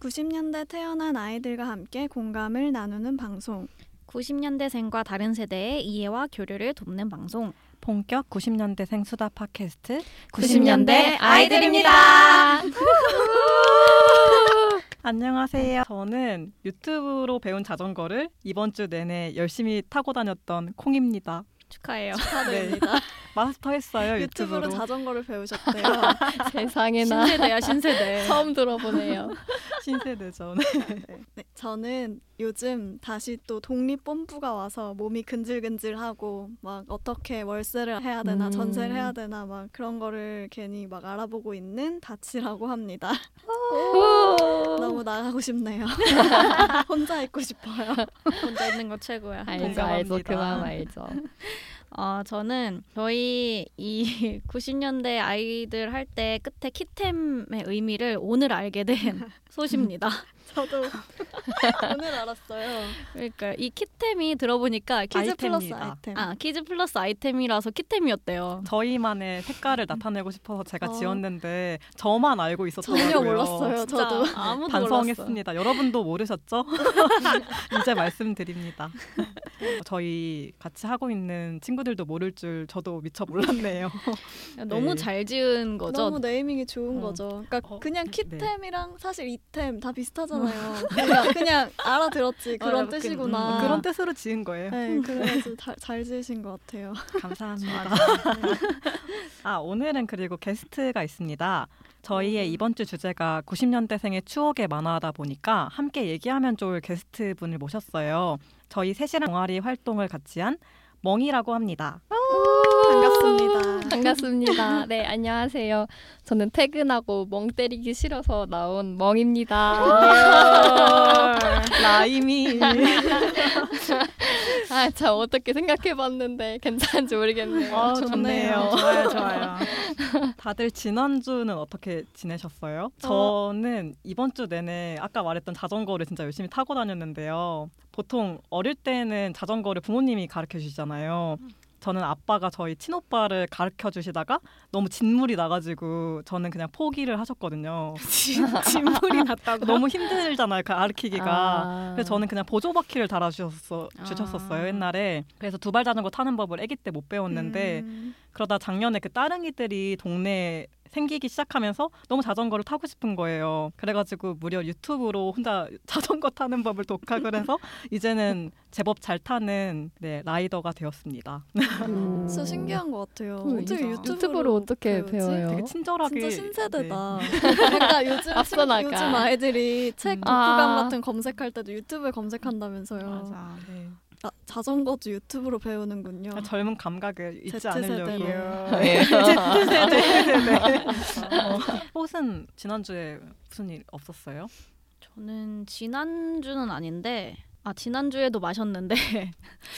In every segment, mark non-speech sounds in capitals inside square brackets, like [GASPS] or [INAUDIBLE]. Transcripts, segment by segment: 90년대 태어난 아이들과 함께 공감을 나누는 방송. 90년대생과 다른 세대의 이해와 교류를 돕는 방송. 본격 90년대생 수다 팟캐스트 90년대 아이들입니다. 안녕하세요. 저는 유튜브로 배운 자전거를 이번 주 내내 열심히 타고 다녔던 콩입니다. 네. 축하해요. 축하드립니다. [LAUGHS] 마스터했어요 아, 유튜브로. 유튜브로 자전거를 [LAUGHS] 배우셨대요. 예, 세상에나 신세대야 신세대. [LAUGHS] [LAUGHS] 처음 들어보네요. 신세대죠. 네, 저는 요즘 다시 또 독립 뽐뿌가 와서 몸이 근질근질하고 막 어떻게 월세를 해야 되나 음. 전세를 해야 되나 막 그런 거를 괜히 막 알아보고 있는 다치라고 합니다. [LAUGHS] 너무 나가고 싶네요. [LAUGHS] 혼자 있고 싶어요. 혼자 있는 거 최고야. 알죠, 동감합니다. 알죠, 그 마음 알죠. 어, 저는 저희 이 [LAUGHS] 90년대 아이들 할 때 끝에 키템의 의미를 오늘 알게 된 소식입니다. [LAUGHS] 저도 오늘 알았어요. 그러니까 이 키템이 들어보니까 키즈 플러스 아이템이다. 아이템. 아 키즈 플러스 아이템이라서 키템이었대요. [LAUGHS] 저희만의 색깔을 나타내고 싶어서 제가 어. 지었는데 저만 알고 있었더라고요. 전혀 몰랐어요. 진짜 저도 아무도 몰랐어. 반성했습니다. 여러분도 모르셨죠? [LAUGHS] 이제 말씀드립니다. [LAUGHS] 저희 같이 하고 있는 친구들도 모를 줄 저도 미처 몰랐네요. 너무 네. 잘 지은 거죠. 너무 네이밍이 좋은 어. 거죠. 그러니까 어, 그냥 네. 음. 키템이랑 사실 이템 다 비슷하잖아요. [LAUGHS] 그냥, 그냥 알아들었지 어, 그런 그- 뜻이구나. 아. 음, 그런 뜻으로 지은 거예요. 네, 음. 그래가지고 다- 잘 지으신 것 같아요. 감사합니다. 아 오늘은 그리고 게스트가 있습니다. 저희의 이번 주 주제가 90년대생의 추억의 만화다 보니까 함께 얘기하면 좋을 게스트 분을 모셨어요. 저희 셋이랑 동아리 활동을 같이 한 멍이라고 합니다. 반갑습니다. 반갑습니다. 네, 안녕하세요. 저는 퇴근하고 멍 때리기 싫어서 나온 멍입니다. [LAUGHS] 라임이 아, 참 어떻게 생각해봤는데 괜찮은지 모르겠네요. 아, 좋네요. 좋아요, 좋아요. 다들 지난주는 어떻게 지내셨어요? 저는 이번 주 내내 아까 말했던 자전거를 진짜 열심히 타고 다녔는데요. 보통 어릴 때는 자전거를 부모님이 가르쳐 주시잖아요. 저는 아빠가 저희 친오빠를 가르쳐 주시다가 너무 진물이 나가지고 저는 그냥 포기를 하셨거든요. [LAUGHS] 진물이 났다고. 너무 힘들잖아요, 그 가르치기가. 아. 그래서 저는 그냥 보조 바퀴를 달아 주셨어 아. 주셨었어요 옛날에 그래서 두 발 자전거 타는 법을 아기 때 못 배웠는데 음, 그러다 작년에 그 따릉이들이 동네에 생기기 시작하면서 너무 자전거를 타고 싶은 거예요. 그래가지고 무려 유튜브로 혼자 [LAUGHS] 자전거 타는 법을 [LAUGHS] 독학을 해서 이제는 제법 잘 타는 네, 라이더가 되었습니다. 어? 네, 음. 진짜 신기한 것 같아요. 음, 어떻게 진짜. 유튜브로, 유튜브로 어떻게 배우지? 배워요? 되게 친절하게 진짜 네. 신세대다. [LAUGHS] 그러니까 요즘 앞서나가. 요즘 아이들이 책 음. 독후감 아. 같은 검색할 때도 유튜브에 검색한다면서요. 맞아. 네. 아, 자전거도 유튜브로 배우는군요. 그러니까 젊은 감각을 잊지 아. Z세대로. 네, 않으려고. 예. [LAUGHS] [LAUGHS] Z세대. 어. 혹은 지난주에 무슨 일 없었어요? 저는 지난주는 아닌데 아 지난주에도 마셨는데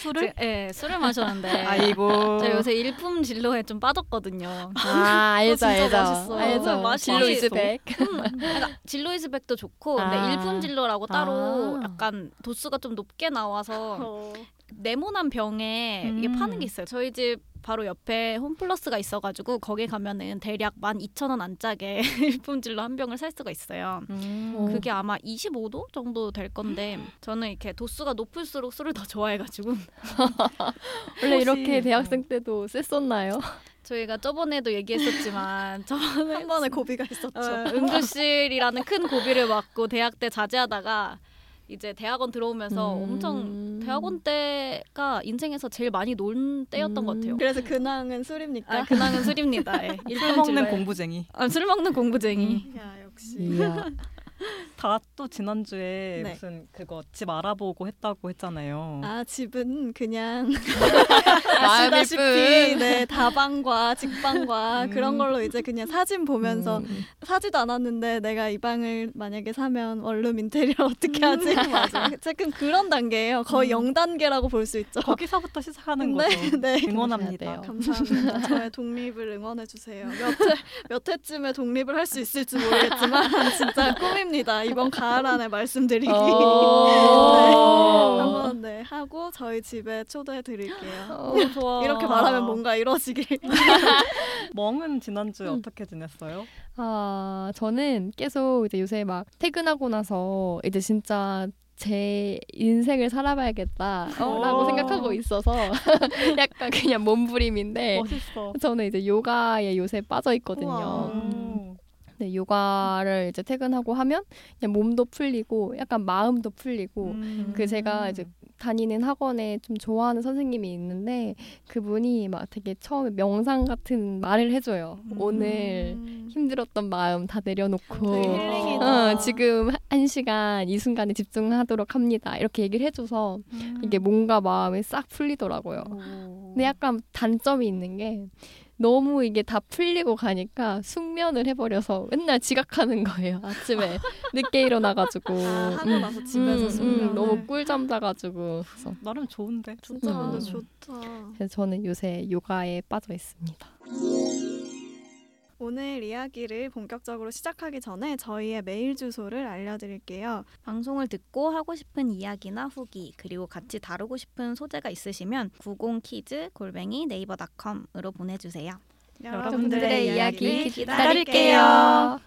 술을 예 술을 마셨는데 아이고. 제가 요새 일품 진로에 좀 빠졌거든요. 아, 알죠, 진짜 알죠. 맛있어요. 알죠. 맛이- 진로이즈백. 그러니까 진로이즈백도 좋고 아. 근데 일품 진로라고 따로 아. 약간 도수가 좀 높게 나와서 어. 네모난 병에 이게 음. 파는 게 있어요. 저희 집 바로 옆에 홈플러스가 있어가지고 거기 가면은 대략 12,000원 안짝에 [LAUGHS] 일품 진로 한 병을 살 수가 있어요. 음. 어. 그게 아마 25도 정도 될 건데 저는 이렇게 도수가 높을수록 술을 더 좋아해가지고 원래 혹시- 이렇게 대학생 때도 셌었나요? 저희가 저번에도 [LAUGHS] 얘기했었지만 저번에 한 번에 고비가 있었죠. 어, 응급실이라는 큰 고비를 맞고 대학 때 자제하다가 이제 대학원 들어오면서 음. 엄청 대학원 때가 인생에서 제일 많이 논 때였던 것 같아요. 그래서 근황은 음. 술입니까? 아, 근황은 술입니다. [LAUGHS] 예. 술 먹는 공부쟁이. 아, 술 먹는 공부쟁이. 아, 야 역시. 이야. 다 또 지난주에 네. 무슨 그거 집 알아보고 했다고 했잖아요. 아 집은 그냥 마음일 아시다시피 뿐. 네 다방과 직방과 음. 그런 걸로 이제 그냥 사진 보면서 음. 사지도 않았는데 내가 이 방을 만약에 사면 원룸 인테리어 어떻게 하지? 맞아. 조금 그런 단계예요. 거의 영 단계라고 볼 수 있죠. 거기서부터 시작하는 네, 거죠. 네. 응원합니다. 그러셔야 돼요. 감사합니다. 저의 독립을 응원해 주세요. 몇, 회, 몇 회쯤에 독립을 할 수 있을지 모르겠지만 [LAUGHS] 진짜 꿈입니다. 이번 가을 안에 말씀드리기. 어. 한번 [LAUGHS] 네 하고 저희 집에 초대해 드릴게요. 어, 좋아. 이렇게 말하면 뭔가 이루어지길 멍은 지난주에 음. 어떻게 지냈어요? 아, 저는 계속 이제 요새 막 퇴근하고 나서 이제 진짜 제 인생을 살아봐야겠다라고 어. 오. 생각하고 있어서 [LAUGHS] 약간 그냥 몸부림인데 멋있어. 저는 이제 요가에 요새 빠져 있거든요. 우와. 음. 네, 요가를 이제 퇴근하고 하면 그냥 몸도 풀리고 약간 마음도 풀리고 음. 그 제가 이제 다니는 학원에 좀 좋아하는 선생님이 있는데 그분이 막 되게 처음에 명상 같은 말을 해줘요. 오늘 음. 힘들었던 마음 다 내려놓고 되게 힐링이다. 어, 지금 한 시간 이 순간에 집중하도록 합니다. 이렇게 얘기를 해줘서 이게 뭔가 마음이 싹 풀리더라고요. 근데 약간 단점이 있는 게 너무 이게 다 풀리고 가니까 숙면을 해버려서 맨날 지각하는 거예요. 아침에 늦게 일어나가지고 아, 하고 음, 나서 집에서 음, 숙면을. 음, 너무 꿀잠 자가지고 그래서, 나름 좋은데. 진짜 음. 근데 좋다. 그래서 저는 요새 요가에 빠져 있습니다. 오늘 이야기를 본격적으로 시작하기 전에 저희의 메일 주소를 알려드릴게요. 방송을 듣고 하고 싶은 이야기나 후기 그리고 같이 다루고 싶은 소재가 있으시면 90키즈 골뱅이 네이버닷컴으로 보내주세요. 여러분들의 이야기 기다릴게요.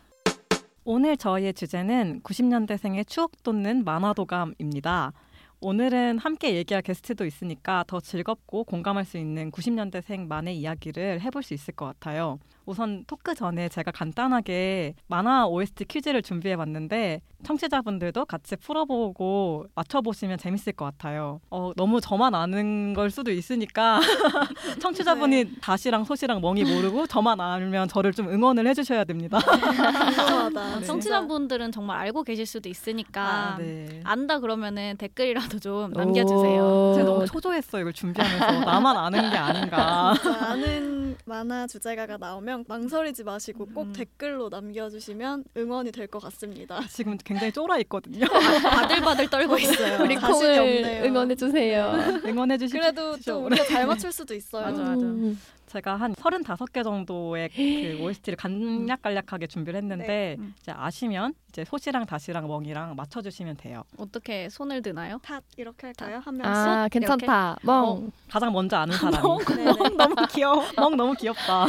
오늘 저희의 주제는 90년대생의 추억 돋는 만화 도감입니다. 오늘은 함께 얘기할 게스트도 있으니까 더 즐겁고 공감할 수 있는 90년대생만의 이야기를 해볼 수 있을 것 같아요. 우선 토크 전에 제가 간단하게 만화 OST 퀴즈를 준비해봤는데 청취자분들도 같이 풀어보고 맞춰보시면 재밌을 것 같아요. 어, 너무 저만 아는 걸 수도 있으니까 [LAUGHS] 청취자분이 다시랑 소시랑 멍이 모르고 저만 알면 저를 좀 응원을 해주셔야 됩니다. [LAUGHS] 궁금하다. 네. 청취자분들은 정말 알고 계실 수도 있으니까 아, [LAUGHS] 네. 안다 그러면은 댓글이라도 좀 남겨주세요. 오. 제가 너무 초조했어 이걸 준비하면서 나만 아는 게 [LAUGHS] 아닌가. 진짜 아는 만화 주제가가 나오면 망설이지 마시고 꼭 음. 댓글로 남겨주시면 응원이 될 것 같습니다. 지금 굉장히 쫄아 [LAUGHS] 있거든요. 바들바들 [LAUGHS] 떨고 있어요. 자신이 우리 콩을 없네요. 응원해 주세요. 응원해 주시죠. 그래도 또 우리가 잘 맞출 수도 있어요. 맞아, 맞아. 음. 제가 한 35개 정도의 그 OST를 간략간략하게 준비를 했는데 음. 네. 이제 아시면 이제 소시랑 다시랑 멍이랑 맞춰 주시면 돼요. 어떻게 손을 드나요? 탓 이렇게 할까요? 한 명씩. 아, 괜찮다. 멍. 가장 먼저 [LAUGHS] 아는 사람이. 네네. 너무 귀여워. [LAUGHS] 멍 너무 [LAUGHS] 귀엽다.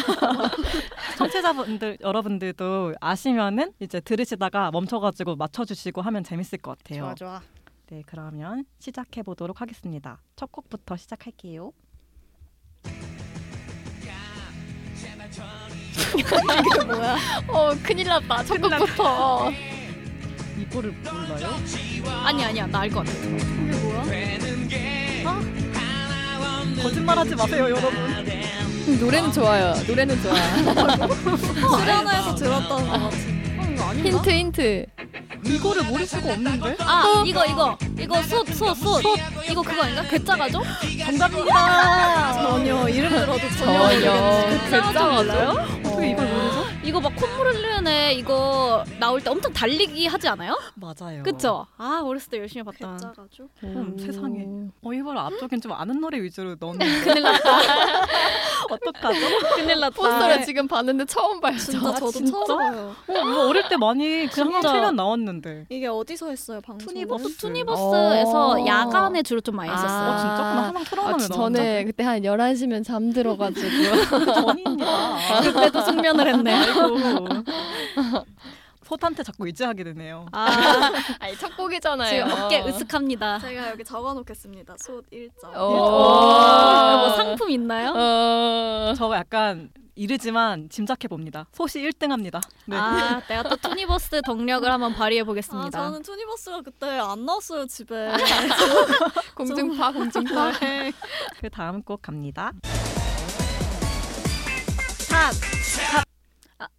청취자분들 여러분들도 아시면은 이제 들으시다가 멈춰가지고 맞춰주시고 하면 재밌을 것 같아요. 좋아 좋아. 네, 그러면 시작해 보도록 하겠습니다. 첫 곡부터 시작할게요. 어, 큰일 났다. 첫 곡부터. 어. 이거를 몰라요? 아니 아니야 나 알 것 같아. 이게 뭐야? 거짓말하지 마세요, 여러분. 노래는 좋아요. 노래는 좋아. 수련회에서 들었던 것 같아. 힌트 힌트. 이거를 모를 수가 없는데? 아 이거 이거 이거 솥솥솥 이거 그거 아닌가? 괴짜가죠? 정답입니다. 전혀 이름 들어도 전혀 전혀. 모르겠지. 괴짜 맞아요? 어떻게 이걸 모르죠? 이거 막 콧물 흘리는 애 이거 나올 때 엄청 달리기 하지 않아요? 맞아요. 그쵸? 아 어렸을 때 열심히 봤다. 괴짜가죠? 음, 세상에. 어, 이걸 앞쪽엔 좀 아는 노래 위주로 넣는 [LAUGHS] 큰일 났다. [LAUGHS] 어떡하죠? 큰일 났다. 포스터를 지금 봤는데 처음 봐요. 진짜 저. 저도 진짜? 처음 봐요. 어, 이거 어릴 때 많이 그냥 한 진짜. 7년 나왔는데. 이게 어디서 했어요 방송? 투니버스. 투니버스에서 어. 야간에 주로 좀 많이 아. 했었어요. 어, 진짜? 그럼 하나 아, 틀어놓으면 저는 그때 한 11시면 잠들어가지고 나온다. [LAUGHS] 전입니다. 그때도 숙면을 했네. 아이고. 솥한테 자꾸 의지하게 되네요. 아, 아니 첫 곡이잖아요 지금 어깨 으쓱합니다. 제가 여기 적어놓겠습니다. 솥 1점. 어. 오. 뭐 상품 있나요? 어... 저 약간 이르지만 짐작해 봅니다. 소시 1등합니다. 네. 아, 내가 또 투니버스 덕력을 한번 발휘해 아, 보겠습니다. 저는 투니버스가 그때 안 나왔어요 집에. 공중파 공중파 [LAUGHS] 그 다음 곡 갑니다.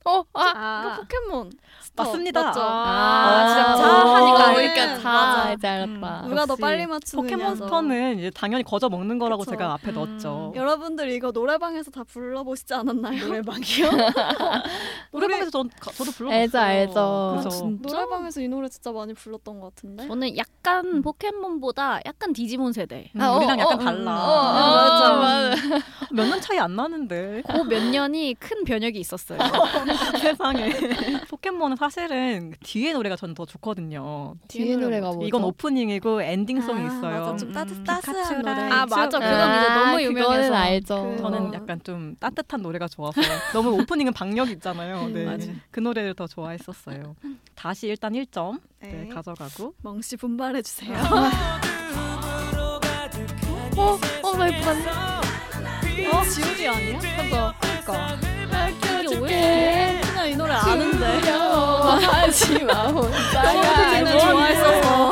어? 아, 아, 아, 포켓몬. 스톱. 맞습니다. 맞죠? 아, 진짜 하니까 오, 알겠- 맞아. 그러니까 음. 다 이제 알았다 누가 더 역시 빨리 맞추느냐. 포켓몬스터는 이제 당연히 거저 먹는 거라고 그쵸. 제가 앞에 음. 넣었죠. 여러분들 이거 노래방에서 다 불러보시지 않았나요? [LAUGHS] 노래방이요? [LAUGHS] 노래방에서 전, 가- 저도 불렀어요. 알죠, 알죠. 아, 그래서 음, 진짜? 노래방에서 이 노래 진짜 많이 불렀던 것 같은데. 저는 약간 포켓몬보다 약간 디지몬 세대. 음, 아, 어, 우리랑 약간 어, 달라. 어, 어, 맞아. [LAUGHS] 몇 년 차이 안 나는데 [LAUGHS] 그 몇 년이 큰 변혁이 있었어요. 아, 세상에. 포켓몬은 사실은 뒤에 노래가 저는 더 좋거든요. 뒤에 노래가 뭐죠? 이건 오프닝이고 엔딩송이 아, 있어요. 맞아. 좀 따뜻, 음, 따스한 피카츄랑 노래. 아, 맞아. 그건 이제 아, 너무 그거는 유명해서. 알죠. 어. 그- 저는 약간 좀 따뜻한 노래가 좋아서 너무 오프닝은 박력 있잖아요. 음, 네. 맞아. 그 노래를 더 좋아했었어요. 다시 일단 1점 네, 네. 가져가고 멍씨 분발해 주세요. 어, 어, 나 예쁘다. 어, 지우지 아니야? 맞아. 그러니까. 이게 왜? 그냥 이 노래 아는데. 하지 마 아, 혼자야. 지우지는 좋아했어서.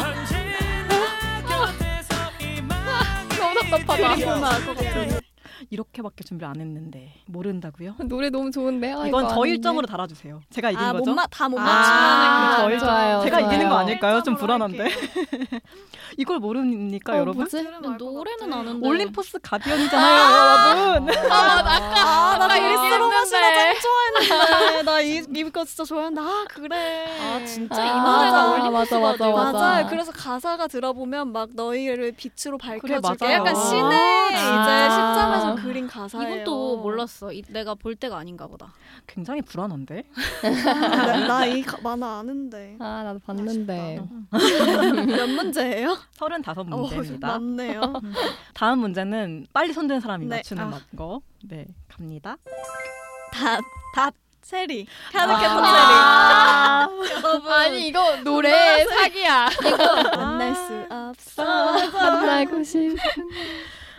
너무 답답하다. 그리고만 알것 같은데. 이렇게밖에 준비를 안 했는데 모른다고요? 노래 너무 좋은데. 아, 이건 어, 이거 저 아닌데. 1점으로 달아주세요. 제가 이긴 아, 거죠? 못 맞, 다못 아, 맞추면 저 은 일- 좋아요. 제가 이기는 거 좋아요. 아닐까요? 좀 일점으로 불안한데. [LAUGHS] 이걸 모릅니까, 어, 여러분? 뭐지? 노래는 아는데. 올림포스 가디언이잖아요, 여러분. 아, 나 아까 일스로 얘기했는데. 마시나 짱 좋아했는데. 나 이, 이거 진짜 좋아했는데. 아, 그래. 아, 진짜 아, 이 노래가 맞아. 올림픽 맞아, 맞아, 거죠. 맞아. 맞아요. 그래서 가사가 들어보면 막 너희를 빛으로 밝혀줄게. 맞아요. 약간 신의 아. 이제 십자가에서 그린 가사예요. 이건 또 몰랐어. 이, 내가 볼 때가 아닌가 보다. [LAUGHS] 굉장히 불안한데. 아, 네. 나이 만화 [LAUGHS] 아는데. 아 나도 봤는데. 몇 문제예요? 음, 어, 35문제입니다. 맞네요. 다음 문제는 빨리 손든 사람이 네. 맞추는 아. 맛 거. 네, 갑니다. 닷, 닷, 체리. 아. 캬르케톤 아. 체리. 여러분. 아니 이거 노래 사기야. 만날 수 없어. [LAUGHS] 만나고 싶은.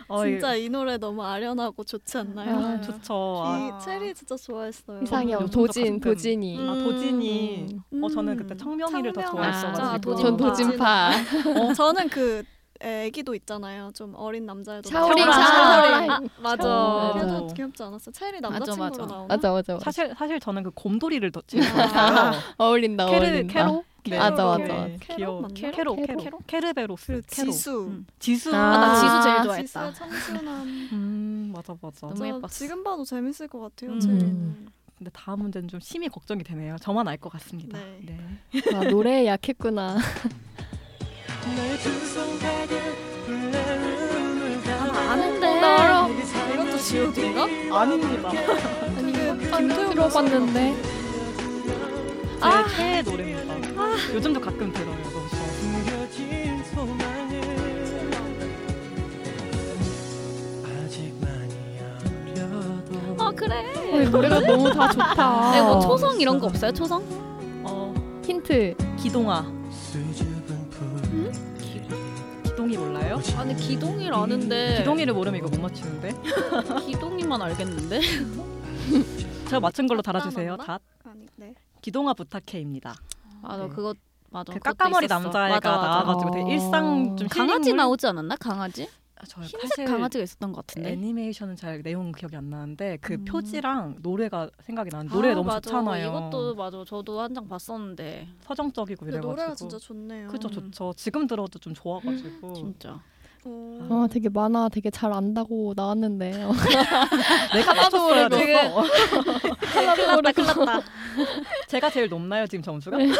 어, 진짜 이 노래 너무 아련하고 좋지 않나요? 아, 좋죠. 아, 이 체리 진짜 좋아했어요. 이상형 요즘 도진 가끔. 도진이. 음. 아, 도진이. 어, 저는 그때 청명이를 더 청명. 좋아했어가지고. 아, 도진. 전 도진파. 아, 어, 저는 그 애기도 있잖아요. 좀 어린 남자애도 샤오링, 나오고. 샤오링. 아, 맞아. 샤오링. 맞아. 걔도 맞아. 귀엽지 않았어? 체리 맞아, 남자친구로 맞아. 나오나? 맞아 맞아. 맞아. 사실 사실 저는 그 곰돌이를 더 제일 좋아했어요. 어울린다 캐르 어울린다. 캐로 네. 맞아, 맞아. 네, 캐럿 귀여워 맞나? 캐로 캐럿? 캐로 캐르베로스 그리고 캐로 지수. 음. 지수 아, 아, 나 아. 지수 제일 아, 좋아했다. 지수의 청순함. 음 맞아 맞아 [LAUGHS] 너무 저 예뻤어. 지금 봐도 재밌을 것 같아요. 음. 체리는. 근데 다음 문제는 좀 심히 걱정이 되네요 저만 알 것 같습니다 네. 네. 아, 노래에 약했구나. 아는데. 이것도 지옥인가? 아닙니다 아, 김태우 들어봤는데. 아, 제캐 노래입니다 아. 요즘도 가끔 들어요 너무 좋아 숨겨진 소망을 아직 많이 아무려도 아 그래. 어, 노래가 너무 다 좋다. 아. 네, 아. 뭐 초성 이런 거 없어요? 초성? 어 힌트. 기동아 수줍은 품 기동이 몰라요? 아니 기동이를 네. 아는데. 기동이를 모르면 이거 못 맞추는데 기동이만 알겠는데. 제가 맞춘 걸로 달아주세요 맞나? 닷 아니, 네. 기동아 부탁해입니다 맞아 네. 그거 맞아. 그 어, 그것도 까까머리 있었어. 남자애가 맞아, 맞아. 나와가지고 되게 일상 좀 강아지 힐링물? 나오지 않았나? 강아지? 아, 저 흰색 사실 강아지가 있었던 것 같은데. 애니메이션은 잘 내용 기억이 안 나는데 그 음. 표지랑 노래가 생각이 나는데 노래 아, 너무 맞아. 좋잖아요. 이것도 맞아. 저도 한 장 봤었는데. 서정적이고 근데 이래가지고. 노래가 진짜 좋네요. 그죠 좋죠. 지금 들어도 좀 좋아가지고 음. 진짜. 어, 아 되게 많아. 되게 잘 안다고 나왔는데. 어. 내가 맞췄어야 모르고. [LAUGHS] 돼서 큰일났다 큰일났다. 제가 제일 높나요 지금 점수가? 네.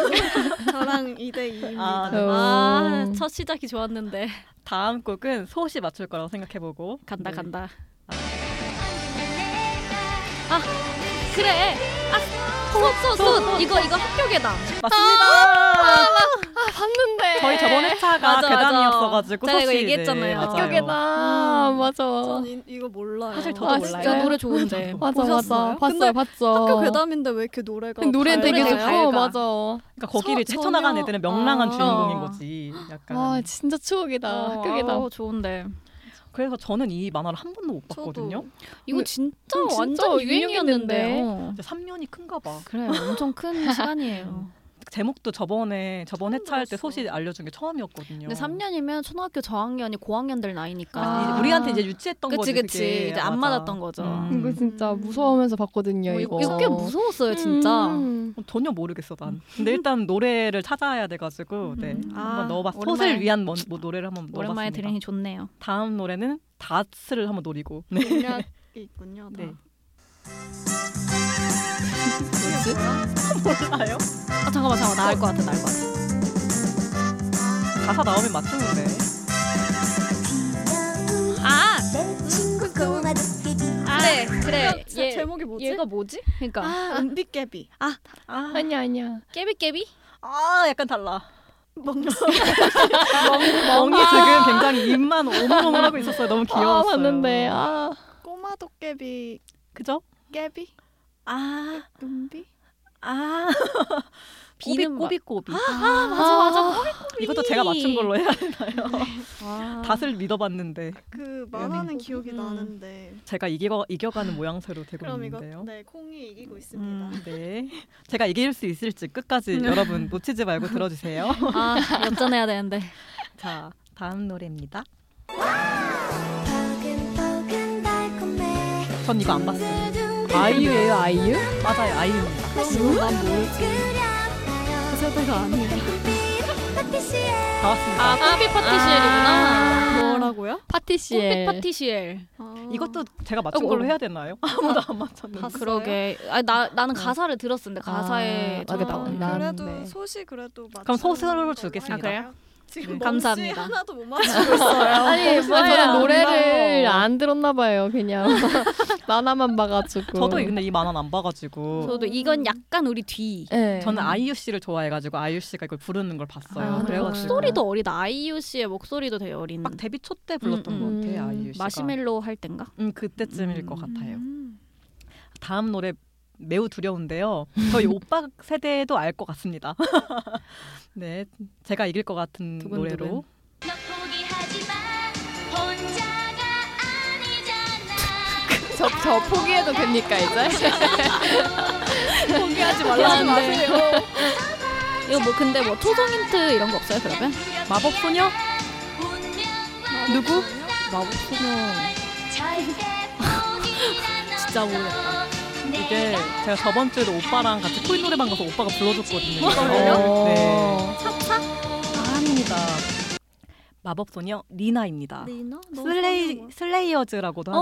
저랑 2대 2입니다. 아, 네. 아, 첫 시작이 좋았는데. 다음 곡은 소시 맞출 거라고 생각해보고 간다 네. 간다. 아 그래. 아, 어, 아소소소 이거 이거 학교 계단. 맞습니다. 봤는데. 저희 저번 회차가 아, 네. 맞아, 맞아. 계단이었어가지고 제가 소시 이거 얘기했잖아요. 네, 맞아요. 합격이다. 음. 맞아. 어. 전 이, 이거 몰라요. 사실 저도 아, 몰라요. 진짜 노래 좋은데. 맞아 보셨어요? 맞아. 봤어요 근데 봤죠. 학교 괴담인데 왜 이렇게 노래가 노래는 되게 밝아요? 좋고 노래가 밝아. 맞아. 그러니까 거기를 서- 헤쳐나간 전혀- 애들은 명랑한 아. 주인공인 거지. 약간. 아 진짜 추억이다. 어, 학교 괴담. 아우, 좋은데. 그래서 저는 이 만화를 한 번도 못 봤거든요. 이거 음, 진짜 음, 진짜 완전 유행이었는데. 유행이었는데. 어. 근데 3년이 큰가 봐. 그래 엄청 큰 [LAUGHS] 시간이에요. 제목도 저번에 저번 회차 할 때 들었어. 소식 알려준 게 처음이었거든요. 근데 3년이면 초등학교 저학년이 고학년들 나이니까. 아, 아. 이제 우리한테 이제 유치했던 그치 거지. 그치 그게. 이제 안 맞아. 맞았던 거죠. 음. 이거 진짜 음. 무서워하면서 봤거든요. 어, 이거. 이거 이거 꽤 무서웠어요 진짜. 음. 어, 전혀 모르겠어 난. 근데 일단 노래를 찾아야 돼가지고 네 음. 한번 넣어봤. 오랜만에- 소설 위한 뭐, 뭐 노래를 한번 오랜만에 넣어봤습니다. 들으니 좋네요. 다음 노래는 다스를 한번 노리고. 네. 공략이 아, 있군요. 나. 네. 이게 뭐야? [LAUGHS] 몰라요? 아 잠깐만 잠깐만 나알 것 같아 나알 것 같아. 가사 나오면 맞추는데. 아 아, 그래 네, 그래 제- 제목이 뭐지? 얘가 뭐지? 그러니까 아 은비깨비. 아, 아니야 아니야. 깨비 깨비 아 약간 달라. 멍 [LAUGHS] 멍이 지금 굉장히 입만 오물오물 하고 있었어요. 너무 귀여웠어요. 아, 봤는데 아 꼬마 도깨비 그죠? 깨비 아, 눈비 아. 비는 막- 꼬비꼬비. 아 맞아 맞아. [GASPS] 이것도 제가 맞춘 걸로 해야 되나요? 아. dat을 믿어봤는데 그 말하는 기억이 음. 나는데 제가 이겨 이겨가는 모양새로 되고 그럼 이거 있는데요. 네 콩이 이기고 있습니다. 음, 네. 제가 이길 수 있을지 끝까지 여러분 놓치지 말고 들어주세요. 아 역전해야 되는데. 자, 다음 노래입니다. 전 이거 안 봤어요. 아이유예요 아이유? 맞아요, 아이유입니다. 그 세대가 아니에요. 다 왔습니다. 아 커피 아. 파티시엘이구나. 뭐라고요? 꽃빛 파티시엘. 파티시엘. 아. 이것도 제가 맞춘 어, 걸로 어. 해야 되나요? 아무도 안 맞췄는데. 봤어요? 음, 그러게. 아, 나 나는 가사를 들었었는데 가사에 아, 맞아, 찾아보니까. 맞아. 아, 그래도 나왔네. 소시 그래도 맞. 그럼 소스로 주겠습니다. 아, 그래요? 지금 네. 감사합니다. 감사합니다. 하나도 못 맞추고 있어요. 아니 뭐야. 저는 노래를 몰라요. 안 들었나 봐요 [LAUGHS] 그냥 만화만 [LAUGHS] 봐가지고. 저도 근데 이 만화는 안 봐가지고 저도 이건 약간 우리 뒤. 네. 저는 아이유 씨를 좋아해가지고 아이유 씨가 이걸 부르는 걸 봤어요. 아, 그래가지고 목소리도 어리다. 아이유 씨의 목소리도 되게 어린. 막 데뷔 초 때 불렀던 음, 것 음. 같아요. 아이유 씨가 마시멜로 할 땐가? 음, 그때쯤일 것 음. 같아요. 다음 노래 매우 두려운데요. 저희 음. 오빠 세대도 알 것 같습니다. [LAUGHS] 네, 제가 이길 것 같은 두근두근. 노래로 너 포기하지 마 혼자가 아니잖아 저, 저 포기해도 됩니까 이제? 아, 포기하지 말라는데. 아, [LAUGHS] 어. 이거 뭐 근데 뭐 초성 힌트 이런 거 없어요 그러면? 마법 소녀 운명과 누구? 마법 소녀. 절대 [LAUGHS] 포기란 진짜 모르겠다. 이게 제가 저번 주에도 오빠랑 같이 코인 노래방 가서 오빠가 불러줬거든요. 어. 네, 차차? 아닙니다. 마법 소녀 리나입니다. 네, 리나? 네. 너무 슬레이 슬레이어즈라고도 네,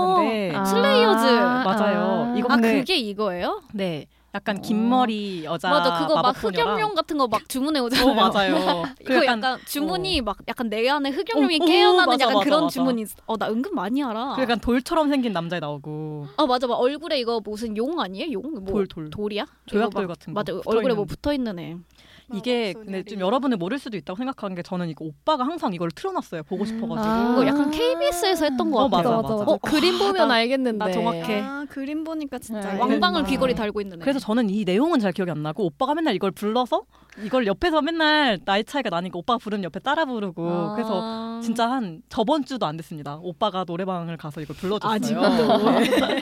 하는데 아. 슬레이어즈. 맞아요. 이거 아 근데 그게 이거예요? 네, 약간 어. 긴 머리 여자 맞아 그거 막 마법 소녀랑 흑염룡 같은 거 막 주문해 오잖아요. [LAUGHS] 어 맞아요. 그 약간, 주문이 막 약간 내 안에 흑염룡이 어, 어, 깨어나는 맞아, 약간 맞아, 그런 맞아. 주문이 있어. 어나 은근 많이 알아. 그 약간 돌처럼 생긴 남자애 나오고 어 맞아 막 얼굴에 이거 무슨 용 아니에요? 용? 뭐 돌, 돌. 돌이야? 조약돌 이거 막- 같은 거 맞아 붙어있는 얼굴에 뭐 붙어 있는 애. 이게 근데 아, 좀 소녀리. 여러분은 모를 수도 있다고 생각하는 게 저는 이거 오빠가 항상 이걸 틀어놨어요 보고 싶어가지고 아. 이거 약간 KBS에서 했던 거 어, 같아. 맞아, 맞아 맞아. 맞아. 어, 그림 보면 알겠는데. 나 정확해. 아 그림 보니까 진짜 네. 왕방울 아. 귀걸이 달고 있는 애. 음. 그래서 저는 이 내용은 잘 기억이 안 나고 오빠가 맨날 이걸 불러서 이걸 옆에서 맨날 나이 차이가 나니까 오빠 부르면 옆에 따라 부르고 아. 그래서 진짜 한 저번 주도 안 됐습니다 오빠가 노래방을 가서 이걸 불러줬어요 아, 지금도? [LAUGHS] 네.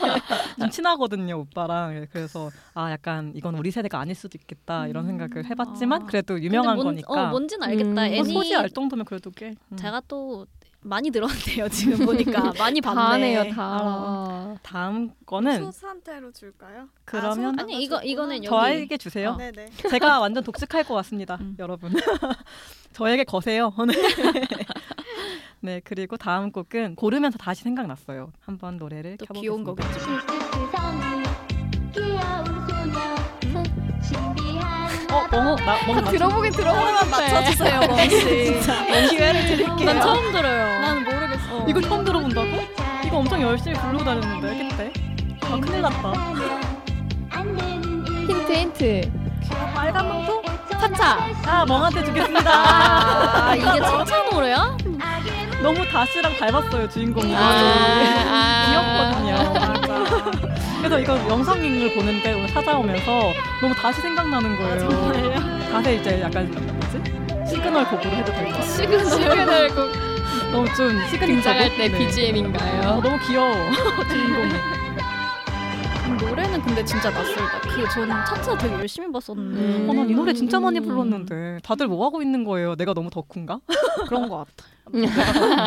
좀 친하거든요 오빠랑 그래서 아 약간 이건 우리 세대가 아닐 수도 있겠다 이런 생각을 해봤지만 아. 그래도 유명한 근데 뭔, 거니까 어, 뭔진 알겠다. 음. 뭐 애니 소지 알 정도면 그래도 꽤 음. 제가 또 많이 들었네요 지금 [LAUGHS] 보니까 많이 봤네. 다 하네요 다 어. 알아. 다음 거는 소스한테로 줄까요? 네. 그러면 아, 아니 이거 이거는 여기 아, 저에게 주세요. 네네. 제가 완전 독특할 것 같습니다, 음. 여러분. [LAUGHS] 저에게 거세요. [LAUGHS] 오늘. 네, 그리고 다음 곡은 고르면서 다시 생각났어요. 한번 노래를 또 켜보겠습니다. 귀여운 거겠지. 어, 멍어, 나 멍어 맞춰. 들어보긴 들어보는데. [LAUGHS] 맞춰주세요 멍씨. 기회를 드릴게요. 난 처음 들어요. 난 모르겠어. 이거 처음 들어본다고? 이거 엄청 열심히 부르고 다녔는데 그때. 아, 큰일 났다. 네. 힌트 힌트. 빨간 망토? 차차. 아, 멍한테 주겠습니다. 아 이게 차차 노래야? 너무 다시랑 닮았어요, 주인공이. 아. 귀엽거든요. 그래서 이거 영상을 보는데 오늘 찾아오면서 너무 다시 생각나는 거예요. 다시 이제 약간 뭐지? 시그널 곡으로 해도 될 것 같아요. 시그널 음, 시그널 곡 너무 좀 시그니처 등장할 곡? 때 네. 아, BGM인가요? 너무 귀여워. [LAUGHS] 주인공이. 음, 노래는 근데 진짜 낯설다. 그 저는 차차 되게 열심히 봤었는데 음. 어, 난 이 노래 진짜 많이 불렀는데 다들 뭐 하고 있는 거예요? 내가 너무 덕후인가? 그런 거 같아. 그러니까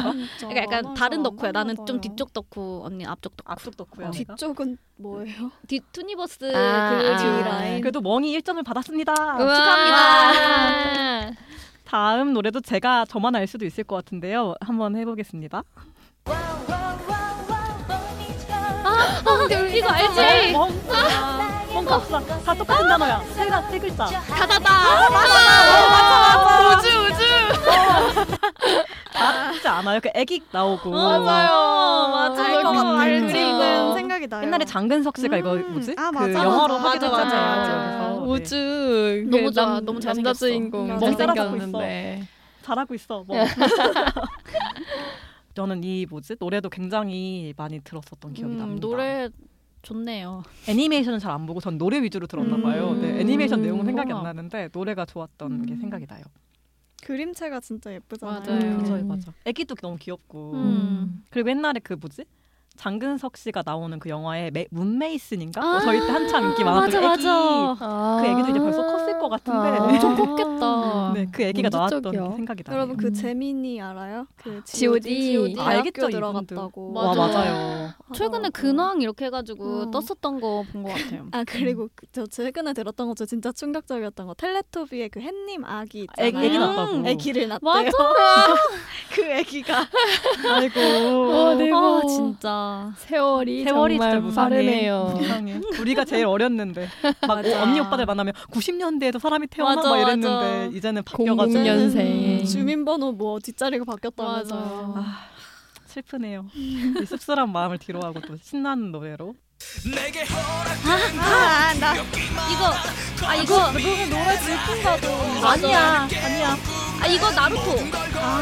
약간 다른 덕후야. 나는 좀 뒤쪽 덕후, 언니 앞쪽 덕후. 앞쪽 덕후야. 내가? 뒤쪽은 뭐예요? 뒤 투니버스 아, 그 아. 뒤 라인. 그래도 멍이 1점을 받았습니다. 축하합니다. 다음 노래도 제가 저만 알 수도 있을 것 같은데요. 한번 해보겠습니다. 아, 이거 알지? 멍, 멍 갑시다. 아. 다 똑같은 단어야. 세, 가- 세 글자. 다다다. 다 진짜 않아요. 그 애기 나오고 맞아요. 알것 같아. 알 그림은 그리는 생각이 나요. 옛날에 장근석 씨가 이거 음. 뭐지? 아, 그 맞아, 영화로 맞아. 하기도 맞아, 했잖아요. 맞아. 그래서, 네. 우주 너무 그 좋아. 남- 너무 잘생겼어. 남자 주인공 맞아. 잘 따라잡고 있어. 생겼는데 잘하고 있어. 네. 뭐. [LAUGHS] 저는 이 뭐지 노래도 굉장히 많이 들었었던 기억이 음, 납니다. 노래 좋네요. 애니메이션은 잘 안 보고 전 노래 위주로 들었나 봐요. 음. 네, 애니메이션 내용은 생각이 음. 안 나는데 노래가 좋았던 게 생각이 나요. 그림체가 진짜 예쁘잖아요. 음. 맞아요. 그죠. 맞아요, 맞아. 애기도 너무 귀엽고 음. 그리고 옛날에 그 뭐지 장근석 씨가 나오는 그 영화에 메, 문메이슨인가? 아, 어, 저희 때 한참 인기 맞아 많았던 애기 맞아. 그 애기도 이제 벌써 컸을 것 같은데 아. 엄청 컸겠다. 네, 그 애기가 언제 나왔던 적이야? 게 생각이 나요. 여러분 음. 그 재민이 알아요? 그 G.O.D. G.O.D. 아, 알겠죠, 대학교 이분들. 들어갔다고. 와 맞아. 맞아요. 최근에 하더라고요. 근황 이렇게 해가지고 음. 떴었던 거 본 것 [LAUGHS] 같아요. 아 그리고 그- 저 최근에 들었던 것 중에 진짜 충격적이었던 거 텔레토비의 그 햇님 아기 애기, 있잖아요. 애기 낳았다고. 음. 아기를 낳대요. 음. 맞아. 그 아기가 와 아이고. 대박 아, 진짜. 세월이, 세월이 진짜 어, 네. 정말 무상해. [LAUGHS] 빠르네요. 세상에. 우리가 제일 어렸는데 막 맞아. 언니 오빠들 만나면 90년대에도 사람이 태어나 맞아, 막 이랬는데 맞아. 이제는 바뀌어가지고 00년생 주민번호 뭐 뒷자리가 바뀌었다면서. 맞아요. 슬프네요. 이 씁쓸한 마음을 뒤로하고 또 신나는 노래로 내게 아나 이거 아 [LAUGHS] 이거 그게 노래 들킨다고. 아니야 아니야. 아 이거 나루토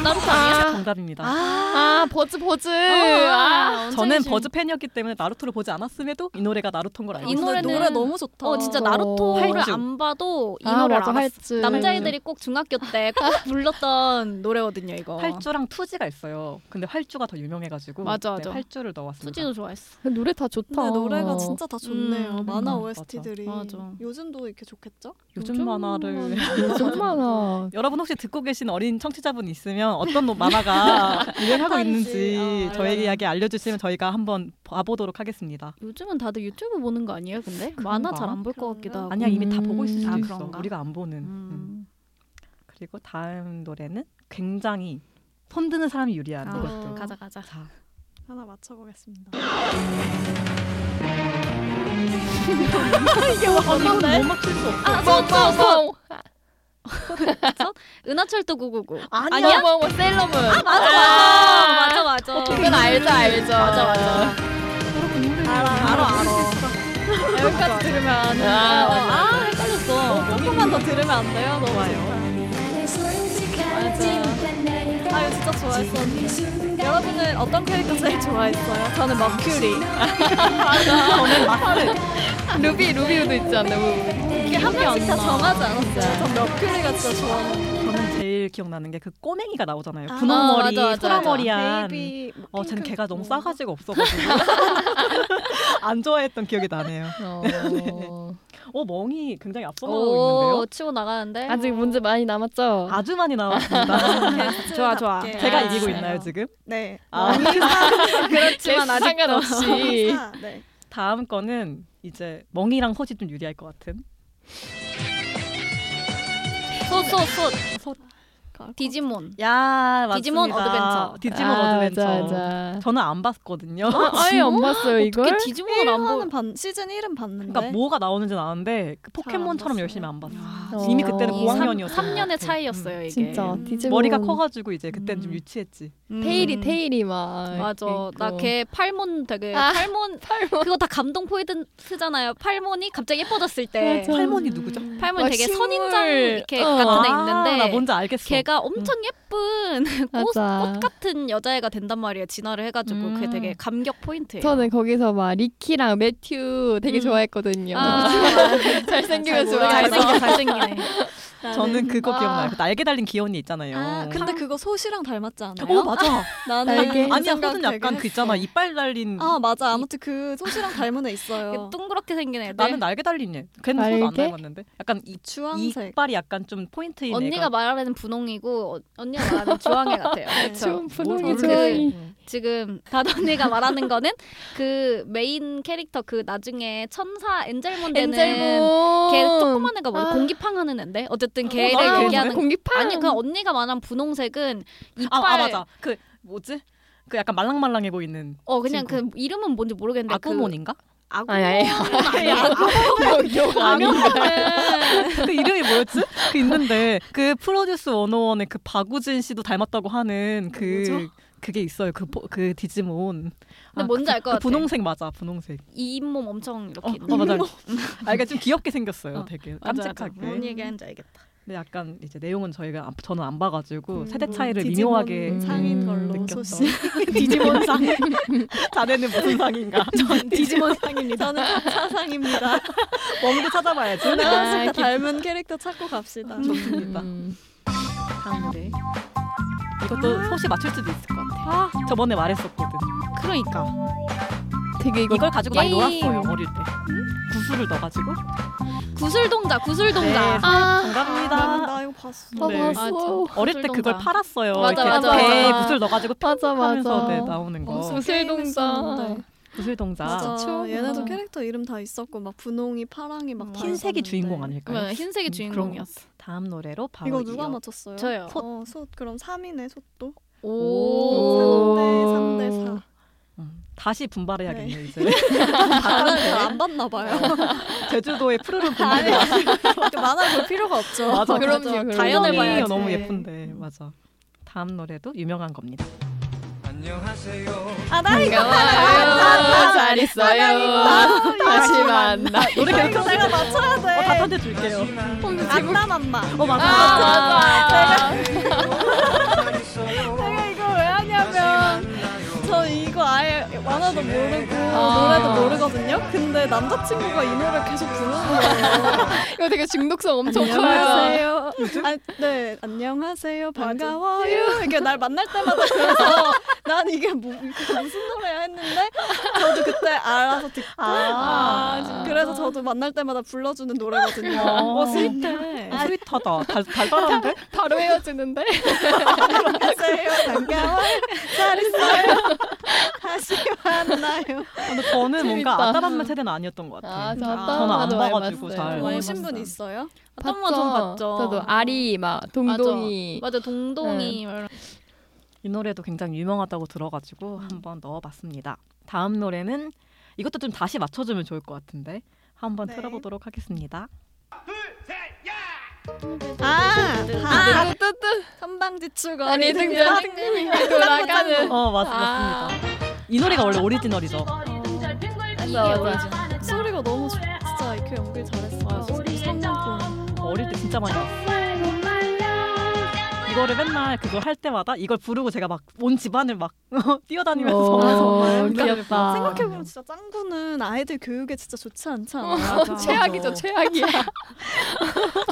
나루토 아니야? 정답입니다. 아 버즈 버즈. 아, 저는 언제든지. 버즈 팬이었기 때문에 나루토를 보지 않았음에도 이 노래가 나루토인 걸 알고 이 있어요. 노래 노래는- 노래 너무 좋다. 어 진짜 어. 나루토를 활주. 안 봐도 이 아, 노래 맞아, 알았어. 활주. 남자애들이 꼭 중학교 때 [LAUGHS] 꼭 불렀던 노래거든요 이거. 활주랑 투지가 있어요. 근데 활주가 더 유명해가지고 어. 맞아, 맞아. 네, 활주를 넣었습니다. 수지도 좋아했어. 노래 다 좋다. 근데 노래가 진짜 다 좋네요. 음, 만화 맞아. OST들이 맞아. 요즘도 이렇게 좋겠죠? 요즘 만화를 뭐 요즘 많아. [LAUGHS] 여러분 혹시 듣고 계신 어린 청취자분 있으면 어떤 노- 만화가 [LAUGHS] 유행하고 핫한지, 있는지 어, 저희에게 알려주시면 저희가 한번 봐보도록 하겠습니다. 요즘은 다들 유튜브 보는 거 아니에요? 근데 만화 잘 안 볼 것 같기도 하고. 아니야 이미 다 보고 있을 음. 수도 아, 있어. 그런가? 우리가 안 보는. 음. 음. 그리고 다음 노래는 굉장히 손드는 사람이 유리한 아, 음. 이것도. 가자 가자. 자, 하나 맞춰보겠습니다. 뭐 이거는 못 맞출 수 없어. 뻥뻥. 은하철도 999. 아니야? 뻥뻥 셀러문. 아 맞아. 맞아 맞아. 어, 이건 알죠 알죠. 맞아 맞아. 알아 알아. [LAUGHS] 여기까지 들으면 아 맞아. 아 헷갈렸어. 조금만 더 들으면 안 돼요? 너무 아, 아 이거 진짜 좋아했었는데 여러분은 어떤 캐릭터 제일 [LAUGHS] 좋아했어요? 저는 머큐리 루비 루비우도 있지 않나? 뭐, 이게 한 명씩 다 정하지 않았어요 네. 전 머큐리가 진짜 좋아하는 저는 제일 기억나는 게 그 꼬맹이가 나오잖아요. 아, 분홍 머리, 맞아, 맞아, 소라머리한. 베이비 어, 쟤는 핑크 걔가 너무 뭐. 싸가지가 없어가지고 [LAUGHS] 안 좋아했던 기억이 나네요. 어. 어, 멍이 굉장히 앞서가고 오 있는데요. 치고 나가는데. 아직 문제 많이 남았죠? 아주 많이 나왔습니다. [LAUGHS] 좋아 좋아. 제가 아, 이기고 네. 있나요 지금? 네 아. 그렇지만 아직도. 예, [LAUGHS] 상관없이. 아, 네. [LAUGHS] 다음 거는 이제 멍이랑 솥이 좀 유리할 것 같은. 솥솥솥 디지몬. 야 맞습니다. 디지몬 어드벤처. 디지몬 아, 어드벤처. 맞아, 어? 맞아. 저는 안 봤거든요. 아예 안 봤어요 이걸? 어떻게 디지몬을 안 보? 일화는 봤- 시즌 1은 봤는데 그러니까 뭐가 나오는지는 아는데 그 포켓몬처럼 네? 봤어요? 열심히 안 봤어. 아, 이미 그때는 네. 이 이 삼- 고학년이었어. 삼 년의 차이였어요 이게. 진짜 음. 디지몬. 머리가 커가지고 이제 그때는 좀 음. 유치했지. 음. 테일이 테일이 막. 맞아. 있고. 나 걔 팔몬 되게 아, 팔몬 팔몬. 그거 다 감동 포인트잖아요. 팔몬이 갑자기 예뻐졌을 때. 맞아. 팔몬이 누구죠? 팔몬 네. 막 음. 되게 식물. 선인장 이렇게 어. 같은 애 아, 나 있는데 뭔지 알겠어. 걔가 엄청 예쁜 [LAUGHS] 꽃, 맞아. 꽃 같은 여자애가 된단 말이에요. 진화를 해가지고 그게 음. 되게 감격 포인트예요. 저는 거기서 막 리키랑 매튜 되게 음. 좋아했거든요. 아, 잘 잘생기면 모르- 좋아해서. 잘생겨 잘생기네. 저는 그거 아. 기억나요. 그 날개 달린 귀여운 애 있잖아요. 아 근데 그거 소시랑 닮았지 않아요? 어 맞아. 나는 날개. 그 아니야 생각 호는 되게 약간 했- 그 있잖아 이빨 달린. 아 맞아 아무튼 그 소시랑 닮은 애 있어요 동그랗게 생긴 애들. 나는 날개 달린 애. 걔는 소도 안 날개? 닮았는데. 약간 이 주황색 이빨이 약간 좀 포인트인 언니가 애가. 말하는 분홍이고 어, 언니가 말하는 주황애 같아요. 네. 그렇죠. 좋은 분홍이 뭘 좋아해. 음. 지금 다언니가 [LAUGHS] 말하는 거는 그 메인 캐릭터 그 나중에 천사 엔젤몬 되는 엔젤몬. 걔 조그만 애가 뭐지 아. 공기팡 하는 애인데 어쨌든 어, 걔를 나 걔인데? 얘기하는 공기팡. 아니 그 언니가 말한 분홍색은 아, 이빨 아 맞아. 그 뭐지? 그 약간 말랑말랑해 보이는 어 그냥 친구. 그 이름은 뭔지 모르겠는데 아구몬인가? 그 아구 아니, 아니. 아니야. 욕 어, 아면은 그 이름이 뭐였지? 그 있는데 그 프로듀스 101의 그 박우진 씨도 닮았다고 하는 그 뭐죠? 그게 있어요. 그, 포- 그 디지몬. 근데 뭔지 알것 그 같아. 분홍색 맞아. 분홍색. 이 잇몸 엄청 이렇게 어, 있는 어 맞아. 아 이게 좀 귀엽게 생겼어요. 어, 되게 맞아, 맞아. 깜찍하게. 뭔 얘기하는지 알겠다. 근데 약간 이제 내용은 저희가 안- 저는 안 봐가지고 음, 세대 차이를 디지몬 미묘하게 상인 [LAUGHS] 음, 걸로 느꼈던. 소식 디지몬 상 [LAUGHS] 자네는 무슨 상인가? [LAUGHS] 전 디지몬 상입니다. 저는 차상입니다. 멍도 찾아봐야지. 하나씩 닮은 캐릭터 찾고 갑시다. 좋습니다. 다음데 이것도 소시 맞출 수도 있을 것 같아. 저번에 말했었거든. 그러니까 되게 이거 이걸 가지고 많이 게임. 놀았어요 어릴 때. 구슬을 넣어가지고. 구슬동자 구슬동자. 네. 아, 반갑니다. 나, 나 이거 봤어. 아 네. 봤어. 어릴 때 그걸 팔았어요. 맞아, 이렇게 맞아, 배에 맞아. 구슬 넣어가지고 맞아 하면서 맞아. 네, 나오는 거. 무슨 구슬 게임 동자. 했었는데. 구슬 동자. 네. 맞아. 추억이다. 얘네도 캐릭터 이름 다 있었고 막 분홍이, 파랑이 막 음, 다 흰색이 있었는데. 주인공 아닐까요? 그러면 흰색이 음, 주인공이었어. 다음 노래로 바로 이거 누가 이어. 맞췄어요? 저요. 솥. 어, 솥. 그럼 3이네, 솥도. 오. 3대 3대 4. 음, 다시 분발해야겠네 네. 이제. [LAUGHS] 아, 다안 봤나 봐요. 제주도의 푸르른 [LAUGHS] 분들. 이렇게 만화 볼 필요가 없죠. 아, 맞아. 그럼요, 그럼요. 자연을 음. 봐야지. 너무 예쁜데 맞아. 다음 노래도 유명한 겁니다. [LAUGHS] 안녕하세요. 아, 나 그렇죠. 이거 아유, 잘 있어요. 다시 만나. 노래 이거 계속 내가 틀어요. 맞춰야 어, 돼. 답한테 줄게요. 안나맘마. 어 아, 맞아. 맞아. 내가 이거 왜 하냐면 저 이거 아예 완화도 모르고 아. 노래도 모르거든요. 근데 남자친구가 이 노래 계속 부르는 이거 되게 중독성 엄청 커요. 안녕하세요. 아, 네, 안녕하세요. 반가워요. 이게 날 만날 때마다 그래서 난 이게 뭐, 이게 무슨 노래야 했는데 저도 그때 알아서 듣고 아, 아, 그래서 저도 만날 때마다 불러주는 노래거든요. 어, 스윗해. 아, 스윗하다. 달, 달달한데? 바로 헤어지는데. 안녕하세요. 반가워요. 잘 있어요. 다시 만나요. 근데 저는 뭔가 재밌다. 아따란만 세대는 아니었던 것 같아요. 아, 저 저는 안 아따란마도 많이 봐가지고 봤어요. 잘. 많이 오신 분 있어요? 어떤 거좀 봤죠. 저도 아리 막 동동이. 맞아 네. 동동이 막 이런- 이 노래도 굉장히 유명하다고 들어가지고 한번 넣어봤습니다. 다음 노래는 이것도 좀 다시 맞춰주면 좋을 것 같은데 한번 네. 틀어보도록 하겠습니다. 아, 다 뜨뜨 선방지 출구 아니 등장 돌아가는. 어 맞, 맞습니다. 이 노래가 원래 오리지널이죠. 아, 아, 소리가 너무 좋- 진짜 이렇게 연기 잘했어요. 성공품. 어릴 때 진짜 많이 봤어요. 이거를 맨날 그거 할 때마다 이걸 부르고 제가 막 온 집안을 막 [LAUGHS] 뛰어다니면서 오, 정말 아. 귀엽다. 생각해보면 진짜 짱구는 아이들 교육에 진짜 좋지 않지 않아요? 맞아. 최악이죠, 최악이야.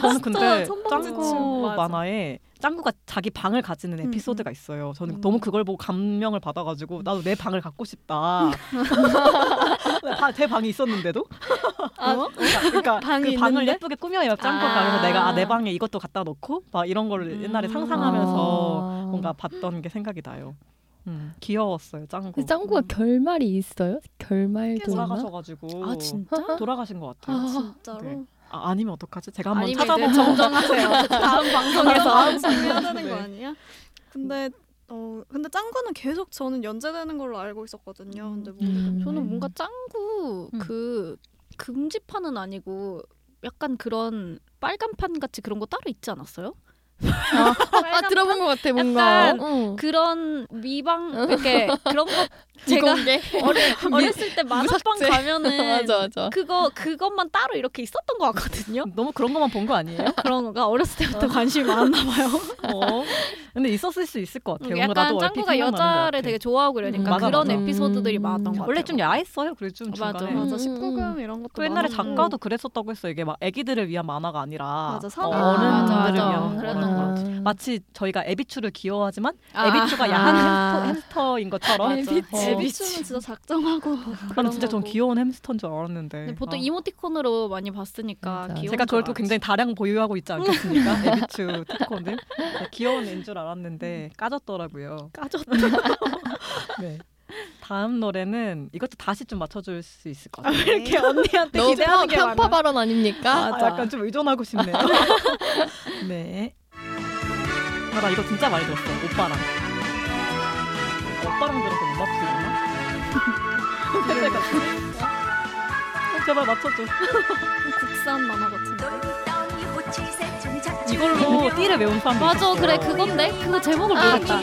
저는 근데 선방지축. 짱구 맞아. 만화에 짱구가 자기 방을 가지는 음, 에피소드가 있어요. 저는 음. 너무 그걸 보고 감명을 받아가지고 나도 내 방을 갖고 싶다. 다, 제 방이 있었는데도. 어? 그러니까 방이 그 방을 있는데? 예쁘게 꾸며요. 짱구가 아. 그래서 내가 아, 내 방에 이것도 갖다 놓고 막 이런 걸 음. 옛날에 [LAUGHS] 상상하면서 어. 아. 뭔가 봤던 게 생각이 나요. 음, 귀여웠어요 짱구. 근데 짱구가 결말이 있어요? 결말도 돌아가셔가지고 아 진짜? 돌아가신 것 같아요. 진짜로. 네. 아, 아니면 어떡하지? 제가 한번 아니면 찾아보고 이제 정정하세요. [LAUGHS] 다음 방송에서 해야 되는 네. 거 아니야? 근데 어 근데 짱구는 계속 저는 연재되는 걸로 알고 있었거든요. 근데 뭐 음. 저는 뭔가 짱구 음. 그 금지판은 아니고 약간 그런 빨간판 같이 그런 거 따로 있지 않았어요? 아 들어본 것 같아 뭔가 어. 약간 어? 그런 미방 이렇게 그런 [LAUGHS] 거 제가 [LAUGHS] 비공개 어렸, 어렸을 때 만화방 [LAUGHS] 무삭제. 가면은 어, 맞아 맞아 그거 그것만 따로 이렇게 있었던 것 같거든요. [LAUGHS] 너무 그런 것만 본 거 아니에요? 그런 거가 어렸을 때부터 관심이 많았나 봐요. 어. [LAUGHS] 근데 있었을 수 있을 것 같아요. 뭔가 약간 나도 얼핏 짱구가 생각나는 것 같아. 여자를 되게 좋아하고 이러니까 음, 맞아, 그런 맞아. 에피소드들이 음. 많았던 것 같아요. 원래 좀 야했어요. 그래 좀 맞아. 중간에. 맞아 음, 19금 이런 것도 그 옛날에 많았고. 작가도 그랬었다고 했어요. 이게 막 아기들을 위한 만화가 아니라 맞아, 어, 그 사람. 어른들을 아, 맞아, 맞아. 위한 그랬던 그런 것 거. 같아. 마치 저희가 에비추를 귀여워하지만 아. 에비추가 아. 야한 햄스터, 인 것처럼. 에비추. 어. 에비추는 진짜 작정하고 저는 진짜 전 거고. 귀여운 햄스터인 줄 알았는데. 근데 보통 아. 이모티콘으로 많이 봤으니까 맞아. 귀여운 제가 그걸 또 줄 알았지. 굉장히 다량 보유하고 [LAUGHS] 있지 않겠습니까? 에비추 특허는 네, 귀여운 애인 줄 알았는데 까졌더라고요. 까졌다. [LAUGHS] 네. 다음 노래는 이것도 다시 좀 맞춰줄 수 있을 것 같아요. 이렇게 언니한테 너무 기대하는 평- 게 많아. 평파 발언 아닙니까? 아, 약간 좀 의존하고 싶네요. [LAUGHS] 네. 아, 나 이거 진짜 많이 들었어. 오빠랑. [LAUGHS] 오빠랑 들어서 못 맞추나? [LAUGHS] 제발 맞춰줘. 국산 만화 같은데. 이걸로 띠를 외운 사람. 맞아 그래 그건데 그거 제목을 아, 모르겠다.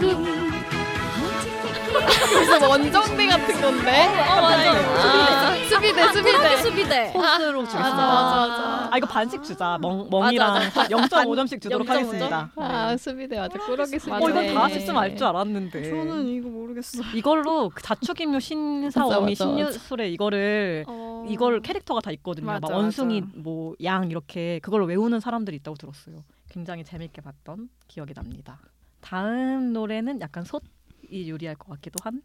그 아, 그래서 원정대 같은 건데. 어, 아, 수비대 수비대 어. 수비대. 수비대. 코스로 주겠습니다. 맞아 아, 맞아 맞아. 이거 반씩 주자. 멍 멍이랑 한 0.5점씩 0.5 주도록 점? 하겠습니다. 아 수비대 맞아 네. 꾸러기 수비대. 어 이건 다 맞아. 하셨으면 알 줄 알았는데. 저는 이거 모르겠어요. 이걸로 그 자축인묘 신사어미 맞아, 맞아. 신유술에 이거를 어... 이걸 캐릭터가 다 있거든요. 맞아, 막 원숭이 맞아. 뭐 양 이렇게 그걸로 외우는 사람들이 있다고 들었어요. 굉장히 재밌게 봤던 기억이 납니다. 다음 노래는 약간 솥이 유리할 것 같기도 한.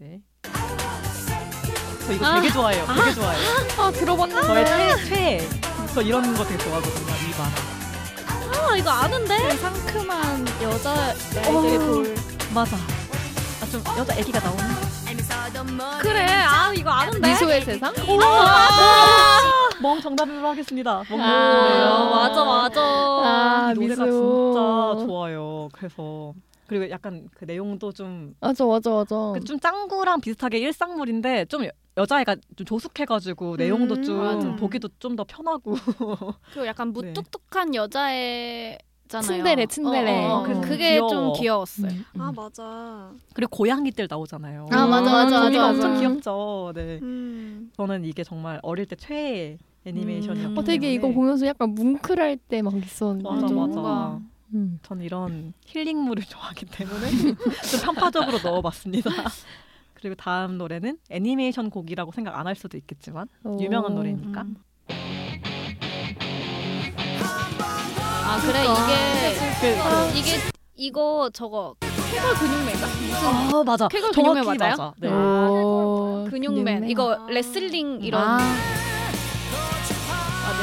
네. 저 이거 되게 좋아해요. 되게 좋아해요. 아 들어봤는데. 저의 최 최애. 저 이런 거 되게 좋아하거든요. 이바라. 아 이거 네. 아는데? 상큼한 여자 아이들의 어. 볼. 맞아. 아 좀 여자 애기가 나오는. 그래 아 이거 아는데? 미소의 세상? 멍 정답으로 하겠습니다. 멍. 아 맞아 맞아. 아 노래가 미소. 진짜 좋아요. 그래서 그리고 약간 그 내용도 좀 맞아 맞아 맞아. 그좀 짱구랑 비슷하게 일상물인데 좀 여- 여자애가 좀 조숙해가지고 내용도 음, 좀 맞아. 보기도 좀 더 편하고 [LAUGHS] 그리고 약간 무뚝뚝한 여자애잖아요. 네. 츤데레, 츤데레. 어, 어, 어. 그래서 음. 그게 귀여워. 좀 귀여웠어요. 음. 아 맞아. 그리고 고양이들 나오잖아요. 아 맞아 맞아 고양이가 맞아. 엄청 맞아. 귀엽죠. 네, 음. 저는 이게 정말 어릴 때 최애 애니메이션이었고 어 되게 이거 보면서 약간 뭉클할 때 막 있었는데. 음, 네, 맞아 좀 맞아. 뭔가- 음. 전 이런 힐링물을 [LAUGHS] 좋아하기 때문에 좀 편파적으로 넣어봤습니다. [LAUGHS] 그리고 다음 노래는 애니메이션 곡이라고 생각 안 할 수도 있겠지만 유명한 오. 노래니까. 음, 아 그래 이게 그, 이게 이거 저거 쾌걸 근육맨인가? 무슨 아 맞아. 음. 쾌걸 정확히 근육맨 맞아요? 음. 맞아. 네. 오. 근육맨 이거 레슬링 이런 아.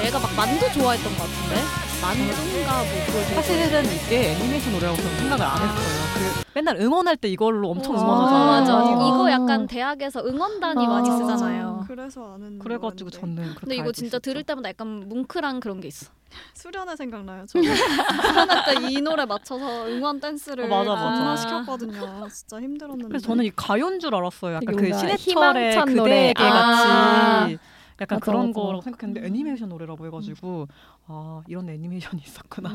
내가 막 만두 좋아했던 것 같은데 만두인가 뭐 그걸 되게 사실은 이게 애니메이션 노래라고 저는 생각을 안 했어요. 그 맨날 응원할 때 이걸로 엄청 아, 응원하잖아요. 맞아 어, 아. 이거 약간 대학에서 응원단이 아, 많이 맞아. 쓰잖아요 그래서 아는. 그래가지고 노래인데. 저는 그렇게 근데 이거 알고 진짜 있었죠. 들을 때마다 약간 뭉클한 그런 게 있어 수련회 생각나요. 저 그때 이 노래 맞춰서 응원 댄스를 어, 맞아, 맞아. 겁나 겁나 시켰거든요. 진짜 힘들었는데. 그래서 저는 이 가요인 줄 알았어요. 약간 그 뭔가 신해철의 희망찬 그대에게 노래. 아. 같이 약간 맞아, 그런 맞아. 음. 거라고 생각했는데 애니메이션 노래라고 해가지고 아 이런 애니메이션이 [LAUGHS] 있었구나.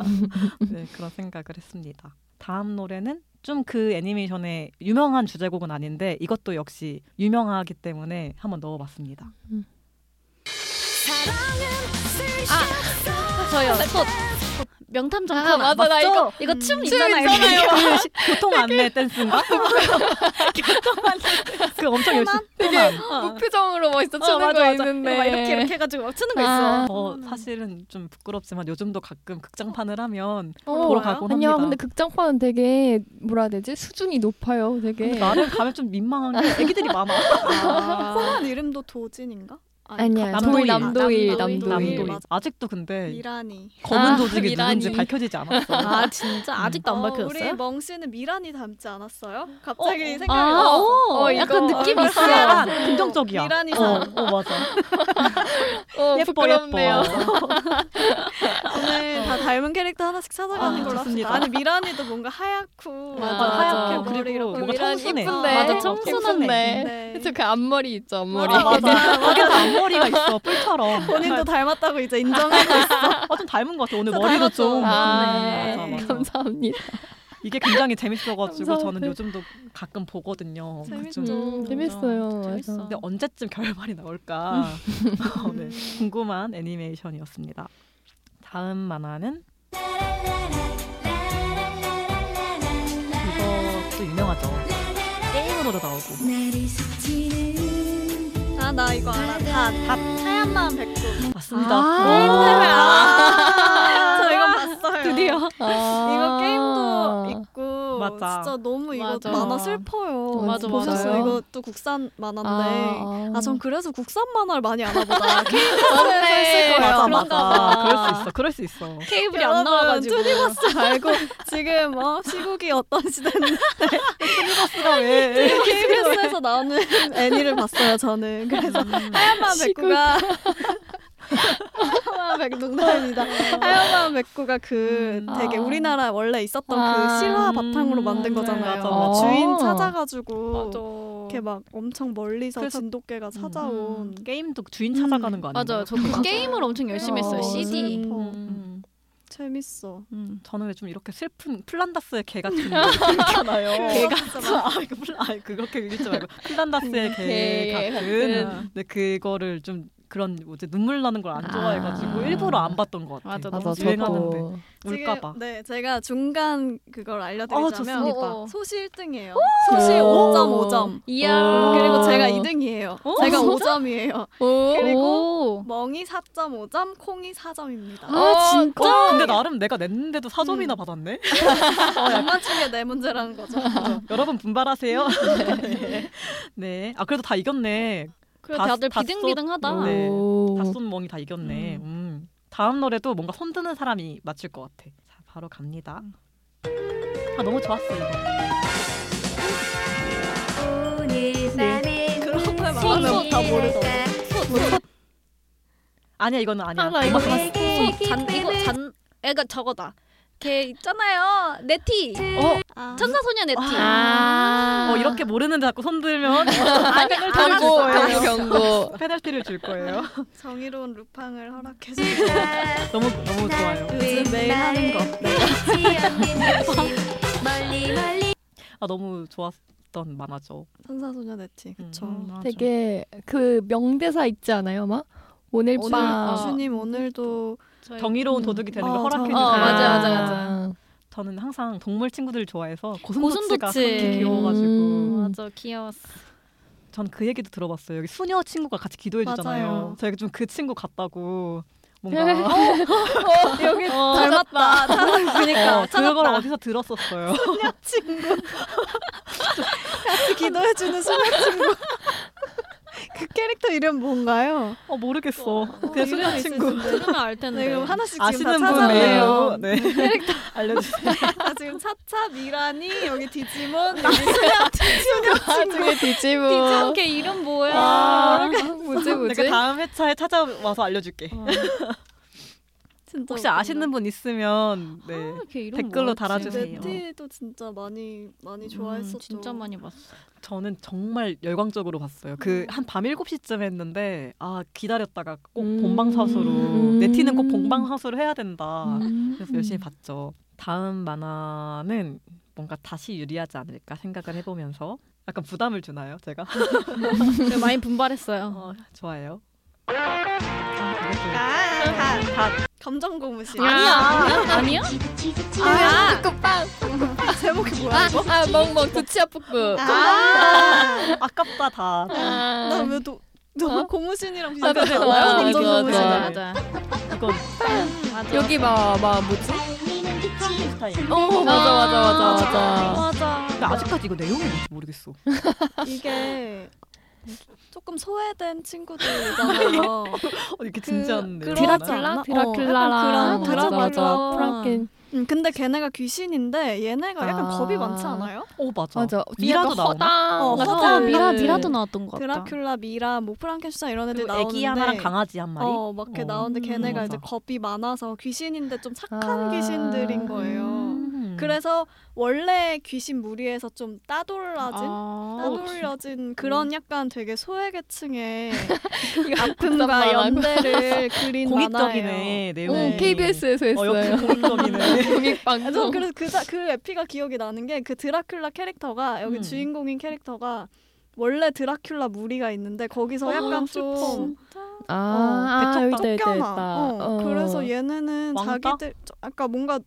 네 그런 생각을 했습니다. 다음 노래는 좀 그 애니메이션의 유명한 주제곡은 아닌데 이것도 역시 유명하기 때문에 한번 넣어봤습니다. [LAUGHS] 저요 첫 명탐정 아, 맞아, 나 이거- 이거 음, 춤 있잖아요 어, [LAUGHS] 그 교통 안내 아, 댄스인가? [LAUGHS] 그 엄청 열심히 되게 무표정으로 어. 뭐 멋있어 추는 거 있는데. 막 이렇게 이렇게 해가지고 막 추는 거 아. 있어 어, 사실은 좀 부끄럽지만 요즘도 가끔 극장판을 하면 어, 보러 가곤 아니야 합니다. 근데 그 극장판은 되게 뭐라 해야 되지 수준이 높아요 되게. 근데 나를 가면 좀 민망한 게 애기들이 많아. 코난 이름도 도진인가? 아니야 남도일. 남도일 남도일, 남도일. 남도 맞아. 아직도 근데 미란이. 검은 아, 조직이 미란이. 누군지 밝혀지지 않았어. 아 진짜 아직도 안 어, 우리 밝혀졌어요? 멍 씨는 미란이 닮지 않았어요? 갑자기 생각이 아, 났어. 어, 어, 약간 이거- 느낌 어, 있어요. 긍정적이야. 미란이 어, 상. 어 맞아. 어, 예뻐 부끄럽네요. 예뻐. 오늘 다 닮은 캐릭터 하나씩 찾아가는 아, 걸로 합시다. 좋습니다. 아니 미란이도 뭔가 하얗고 맞아, 뭔가 맞아. 하얗게 머리 그리고 이렇게 뭔가 미란이 청순해. 예쁜데. 맞아, 청순한데. 네. [LAUGHS] 저그 앞머리 있죠 앞머리. 아, 맞아. [LAUGHS] 거기서 앞머리가 있어 뿔처럼. 본인도 닮았다고 이제 인정하고 있어. 어좀 닮은 것 같아. 오늘 저 머리도 닮았죠. 좀. 아, 맞아, 맞아. 감사합니다. 이게 굉장히 재밌어가지고 감사합니다. 저는 요즘도 가끔 보거든요. 그 재밌죠. 좀 음, 맞아. 재밌어요. 맞아. 근데 언제쯤 결말이 나올까 [LAUGHS] 어, 네. 궁금한 애니메이션이었습니다. 다음 만화는 이것도 유명하죠. 게임으로도 나오고 아 나 이거 알아. 다, 다 하얀 마음 백조. 맞습니다. 아. [LAUGHS] 저 이거 아, 봤어요. 드디어 이거 아. 게임도 있고 맞아. 진짜 너무 이거 맞아. 만화 슬퍼요. 어, 맞아, 보셨어요? 맞아요. 이거 또 국산 만화인데. 아, 아 전 그래서 국산 만화를 많이 알아보다. 맞네. 맞아 그런가 맞아. 봐. 그럴 수 있어. 그럴 수 있어. 케이블이 안 나와가지고 [LAUGHS] 투니버스 말고 지금 어 시국이 어떤 시대인데 [LAUGHS] 내가 네, 왜? KBS에서 나오는 애니를 봤어요 저는. 그래서 하얀마음 시국. 백구가 [LAUGHS] 하얀마음 백 농담입니다. 하얀마음 백구가 그 음. 되게 아. 우리나라 원래 있었던 아. 그 실화 바탕으로 음, 만든 거잖아요. 맞아, 맞아. 주인 찾아가지고 어. 맞아. 이렇게 막 엄청 멀리서 그래서- 진돗개가 찾아온 음. 게임도 그 주인 찾아가는 거 아니에요? 맞아요. 저도 [LAUGHS] 게임을 엄청 열심히 했어요. 어, CD. 슬퍼. 음. 재밌어. 음. 저는 왜 좀 이렇게 슬픈 플란다스의 개 같은 [LAUGHS] 있잖아요. 그거 아, 이거 플- 아, 그렇게 얘기하지 말고 플란다스의 개 개 같은. 근데 그거를 좀 그런 뭐지 눈물 나는 걸 안 아. 좋아해가지고 일부러 안 봤던 것 같아. 맞아, 맞아 너무 유행하는데 저도 울까봐. 지금, 네, 제가 중간 그걸 아 알려드리자면 좋습니다. 어, 어. 소시 1등이에요. 소시 오! 5.5점. 이야. 그리고 제가 2등이에요. 제가 5점이에요. 그리고 멍이 4.5점, 콩이 4점입니다. 아 진짜 어, 음. 근데 나름 내가 냈는데도 4점이나 받았네. [LAUGHS] 어, 안 맞추게 내 문제라는 거죠. 여러분 분발하세요. [LAUGHS] 네. 네. 아 그래도 다 이겼네. 그래 다- 다들 다 비등비등하다. 썼- 네. 오. 다쏜멍이 다 이겼네. 음. 다음 노래도 뭔가 손드는 사람이 맞출 것 같아. 자, 바로 갑니다. 아 너무 좋았어 이거. 오늘 밤에 그런 걸 손, 말하면 손, 다 모르죠. 아니야 이거는 아니야. 아, 나 이거 음악 봤어. 잔 이거 잔 애가 저거다. 걔 있잖아요. 네티. 어, 아, 천사소녀 네티. 아. 어 이렇게 모르는데 자꾸 [LAUGHS] 손들면 아니 경고 알았어. [LAUGHS] 경고. 페널티를 줄 거예요. 정의로운 루팡을 허락해 주세요. [LAUGHS] 너무 너무 좋아요. 네. 요즘 매일 하는 거. 멀리 멀리 아 너무 좋았던 만화죠. 천사소녀 네티 그쵸. 음, 맞아. 되게 그 명대사 있지 않아요, 아마? 오늘 오늘 아, 밤 주님 오늘도 정의로운 도둑이 되는 걸 어, 허락해 정- 주세요. 어, 맞아, 맞아, 맞아. 저는 항상 동물 친구들 좋아해서 고슴도치가 고슴도치. 그렇게 귀여워가지고 음. 맞아 귀여웠어. 전 그 얘기도 들어봤어요. 여기 수녀 친구가 같이 기도해 주잖아요. 맞아요. 저희가 좀 그 친구 같다고 뭔가 여기 닮았다. 그러니까 그걸 찾았다. 어디서 들었었어요. [LAUGHS] 친구 같이 기도해주는 소녀 친구. [LAUGHS] 그 캐릭터 이름 뭔가요? 어 모르겠어. 어, 그냥 수녀 이름이 친구. 있을 텐데. 들으면 알 텐데. 네, 그럼 하나씩 지금 아시는 다 분 메일로 찾아내요. 네. [LAUGHS] 알려주세요. 아, 지금 차차 미라니 여기 디지몬 여기 소녀 나중에 뒤집어. 디즈니 걔 이름 뭐야? 아, 뭐지 내가 뭐지? 다음 회차에 찾아와서 알려줄게. 진짜 혹시 아시는 분 있으면 네. 아, 걔 이름 댓글로 뭐였지? 달아주세요. 음, 분이세요? 네티도 진짜 많이 음, 많이 좋아했었죠. 진짜 많이 봤어. 저는 정말 열광적으로 봤어요. 그 한 밤 7시쯤 했는데 아 기다렸다가 꼭 음. 본방사수로 네티는 꼭 음. 본방사수를 해야 된다. 음. 그래서 열심히 봤죠. 다음 만화는 뭔가 다시 유리하지 않을까 생각을 해보면서 약간 부담을 주나요, 제가? [LAUGHS] 네, 많이 분발했어요. 어, 좋아요. 아, 감정 고무신. 아니야 아니야? 아, 빵 제목이 뭐야? 아, 아, 멍멍 두치아 푸꾸. 아, 아깝다 다. 아, 나왜 너, 너무 고무신이랑 아, 비슷해. 맞아, 와요, 맞아, 감정 맞아. 고무신. 맞아. 맞아. 이건 맞아. 여기 봐, 봐, 뭐지? 스타일. 어, 맞아, 맞아, 맞아, 맞아. 맞아. 근데 아직까지 이거 내용이 뭔지 모르겠어. 이게 조금 소외된 친구들이잖아요. 어, 이게 진지한데. 그- 나- 드라큘라? 드라큘라랑 어, 약간 그런 맞아, 드라큘라. 맞아. 프랑켄. 음, 근데 걔네가 귀신인데 얘네가 약간 아. 겁이 많지 않아요? 어 맞아. 맞아. 미라도 약간 나오나? 어, 허당. 허당. 같은 미라 미라도 나왔던 것 같다. 드라큘라, 미라, 뭐 프랑켄슈타인 이런 애들 그리고 나오는데 애기 하나랑 강아지 한 마리. 어, 막 이렇게 어. 나오는데 걔네가 음, 이제 맞아. 겁이 많아서 귀신인데 좀 착한 아. 귀신들인 거예요. 음. 그래서 원래 귀신 무리에서 좀 아, 따돌라진 아, 따돌려진 그런 약간 되게 [LAUGHS] 소외계층의 아픔과 만화고. 연대를 그린 만화예요. 공익적이네 내용이. 오, KBS에서 어, 역시 [LAUGHS] 했어요. [LAUGHS] 공익적이네. 아, 저 공익방송. 그래서 그, 자- 그 에피가 기억이 나는 게 그 드라큘라 캐릭터가 여기 음. 주인공인 캐릭터가 원래 드라큘라 무리가 있는데 거기서 약간 좀 어, 아, 어, 아, 배척 여기다, 여기다, 쫓겨나. 여기다. 어, 그래서 얘네는 왕따? 자기들 저- 아까 뭔가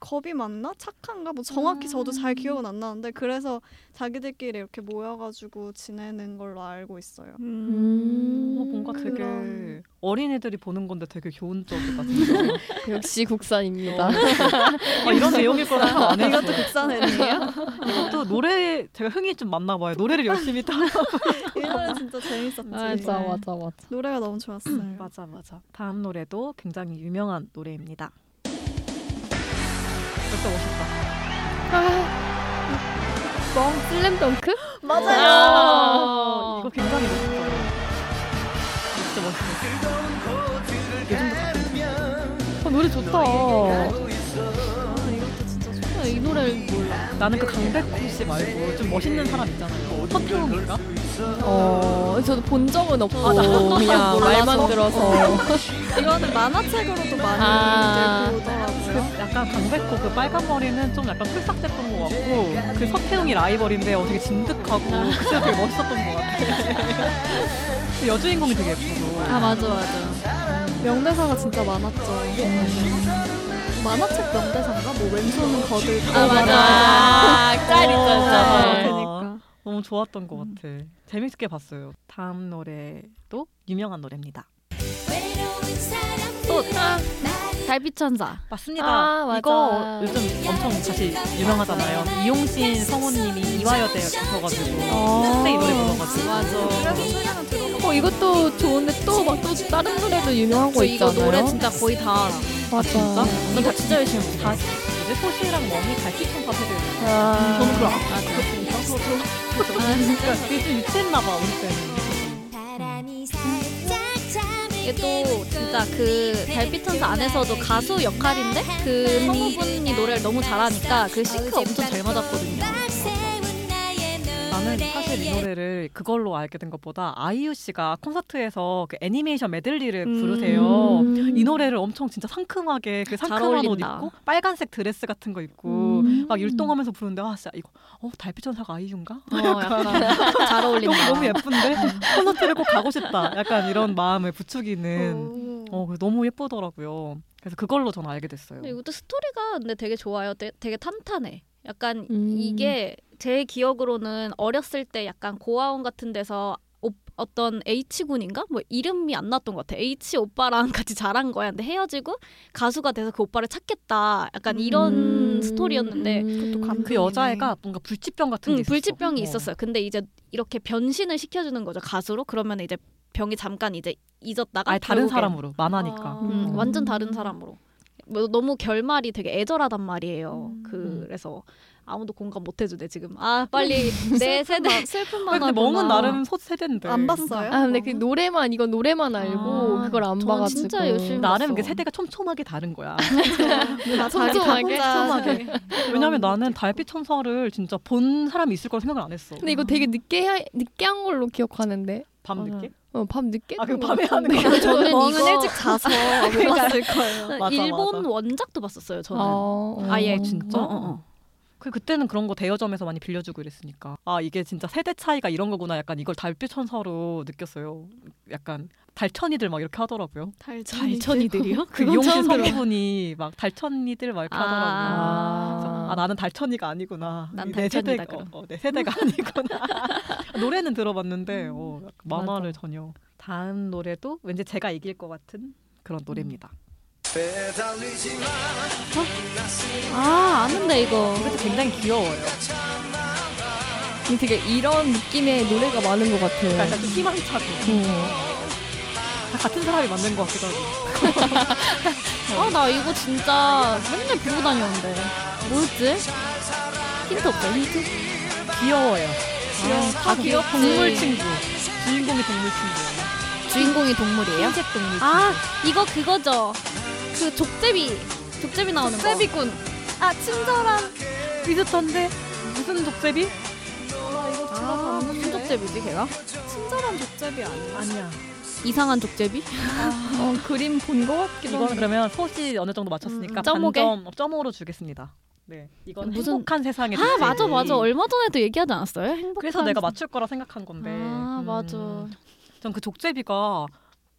겁이 많나 착한가 뭐 정확히 저도 음. 잘 기억은 안 나는데 그래서 자기들끼리 이렇게 모여가지고 지내는 걸로 알고 있어요. 음, 어, 뭔가 되게 그런- 어린애들이 보는 건데 되게 교훈적이다 진짜. 그 역시 국산입니다. 아, 이런 내용일 거라 생각 안 이것도 [LAUGHS] 했어. 국산애들이에요? 또 노래 제가 흥이 좀 많나 봐요. 노래를 열심히 따라. [LAUGHS] 이 노래 진짜 음. 재밌었지. 맞아, 네. 맞아, 맞아. 노래가 너무 좋았어요. [LAUGHS] 맞아 맞아. 다음 노래도 굉장히 유명한 노래입니다. 벌써 멋있다. 뻥 슬램덩크? 어, 이거 굉장히 멋있어요. 진짜 멋있어. 어, 노래 좋다. 아, 이것도 진짜 좋았어요. 이 노래를 몰라. 나는 그 강백호 씨 말고 좀 멋있는 사람 있잖아요. 서태웅인가? 어, 저도 본 적은 없고 아, 나도 그냥 몰라서. 말만 들어서 이거는 만화책으로도 많이 아. 이제 보더라고요. 그 약간 강백호 그 빨간 머리는 좀 약간 풀싹됐던 것 같고 그 서태웅이 라이벌인데 어, 되게 진득하고 아. 그때 되게 멋있었던 것 같아. 그 여주인공이 되게 예쁘고. 아 맞아 맞아. 그 명대사가 진짜 많았죠. 네. 만화책 명대사인가? 뭐 왼손은 거들. 아 맞아. 짤 있잖아. 아, 짤. 어. 그러니까. 너무 좋았던 것 같아. 재밌게 봤어요. 다음 노래도 유명한 노래입니다. 또 아, 달빛 천사. 맞습니다. 아, 맞아. 이거 요즘 엄청 다시 유명하잖아요. 이용신 성우님이 이화여대 가셔가지고 그때 이 노래 불러가지고. 어, 이것도 좋은데 또 막 또 다른 노래도 유명한 거 저 이거 뭐 있잖아요. 노래 진짜 거의 다 알아. 맞아. 진짜? 이거 진짜 열심히 봤어. 다 이제 소시랑 멍이 갈치천사 세대. 아, 저는 그걸 아, 그러니까 그게 좀 유치했나 봐 우리 때는. 이게 또 진짜 그 달빛 천사 안에서도 가수 역할인데 그 성우분이 노래를 너무 잘하니까 그 싱크 엄청 잘 맞았거든요. 나는 사실 이 노래를 그걸로 알게 된 것보다 아이유 씨가 콘서트에서 그 애니메이션 메들리를 음. 부르세요. 이 노래를 엄청 진짜 상큼하게 그 잘 상큼한 옷 어울린다. 입고 빨간색 드레스 같은 거 입고 음. 음. 막 율동하면서 부르는데 아 진짜 이거 어 달빛천사가 아이유인가? 어, 약간 잘 어울린다. 너무 예쁜데 음. 콘서트를 꼭 가고 싶다. 약간 이런 마음을 부추기는 어 그래서 너무 예쁘더라고요. 그래서 그걸로 저는 알게 됐어요. 근데 이것도 스토리가 근데 되게 좋아요. 되, 되게 탄탄해. 약간 음. 이게 제 기억으로는 어렸을 때 약간 고아원 같은 데서 오- 어떤 H 군인가 뭐 이름이 안 났던 것 같아. H 오빠랑 [LAUGHS] 같이 자란 거야. 근데 헤어지고 가수가 돼서 그 오빠를 찾겠다. 약간 이런 음. 스토리였는데 그것도 감- 그 여자애가 뭔가 불치병 같은 게 응, 있었어. 불치병이 어. 있었어요. 근데 이제 이렇게 변신을 시켜주는 거죠 가수로. 그러면 이제 병이 잠깐 이제 잊었다가 아예 다른 결국엔 사람으로 만화니까. 음, 음. 완전 다른 사람으로. 뭐, 너무 결말이 되게 애절하단 말이에요. 음. 그래서 아무도 공감 못 해주네 지금. 아 [LAUGHS] 빨리 내 세대 슬픈 왜 만화. 근데 멍은 나름 소 세대인데. 안 봤어요? 아, 근데 그 노래만 이거 노래만 알고 아, 그걸 안 저는 봐가지고. 진짜 열심히 나름 봤어. 아, 그 세대가 촘촘하게 다른 거야. 어. [LAUGHS] 나 자기 촘촘하게? 각자 왜냐면 나는 달빛 천사를 진짜 본 사람이 있을 거라 생각을 안 했어. 근데 이거 되게 늦게 해- 늦게 한 걸로 기억하는데. 밤 늦게? 어, 밤 늦게? 아, 아, 그 거 밤에 하는 [LAUGHS] 같은데. 거야? 저는 멍은 이거 일찍 [LAUGHS] 자서 못 봤을 거예요. 나 맞아, 어, 일본 맞아. 원작도 봤었어요. 저는. 어. 아예 진짜? 어, 어, 어. 그 그때는 그런 거 대여점에서 많이 빌려주고 이랬으니까 아 이게 진짜 세대 차이가 이런 거구나 약간 이걸 달빛 천사로 느꼈어요. 약간 달천이들 막 이렇게 하더라고요. 달천이들이요? 그 그건 이용신 처음 들어. 성분이 막 달천이들 막 이렇게 하더라고요. 아. 아 나는 달천이가 아니구나. 난 내 달천이다, 세대가- 그럼. 어, 어, 내 세대가 [LAUGHS] 아니구나. 노래는 들어봤는데 어, 약간 만화를 전혀. 다음 노래도 왠지 제가 이길 것 같은 그런 노래입니다. 아 아는데 이거. 이것도 굉장히 귀여워요. 근데 되게 이런 느낌의 노래가 많은 것 같아요. 음. 그러니까 약간 좀 희망차고 다 같은 사람이 만든 것 같기도 하고. 아 나 이거 진짜 맨날 부르고 다녔는데. 뭐였지? 힌트 없어요 힌트? 귀여워요. 아, 다 귀엽지. 동물 친구. 주인공이 동물 친구. 주인공이 동물이에요? 흰색 동물. 아 이거 그거죠 그 족제비 족제비 나오는 거 족제비꾼. 아 친절한 비슷한데 무슨 독제비? 아, 무슨 족제비지 걔가? 친절한 족제비 아니야? 아니야. 이상한 족제비? 어, 그림 본 것 같기도 이거는 하고. 그러면 소시 어느 정도 맞췄으니까 음, 점오게? 반점 점오로 주겠습니다. 네, 이건 무슨- 행복한 세상에. 아 맞아 맞아 얼마 전에도 얘기하지 않았어요? 행복한 그래서 내가 맞출 거라 생각한 건데. 아 음, 맞아 전그 족제비가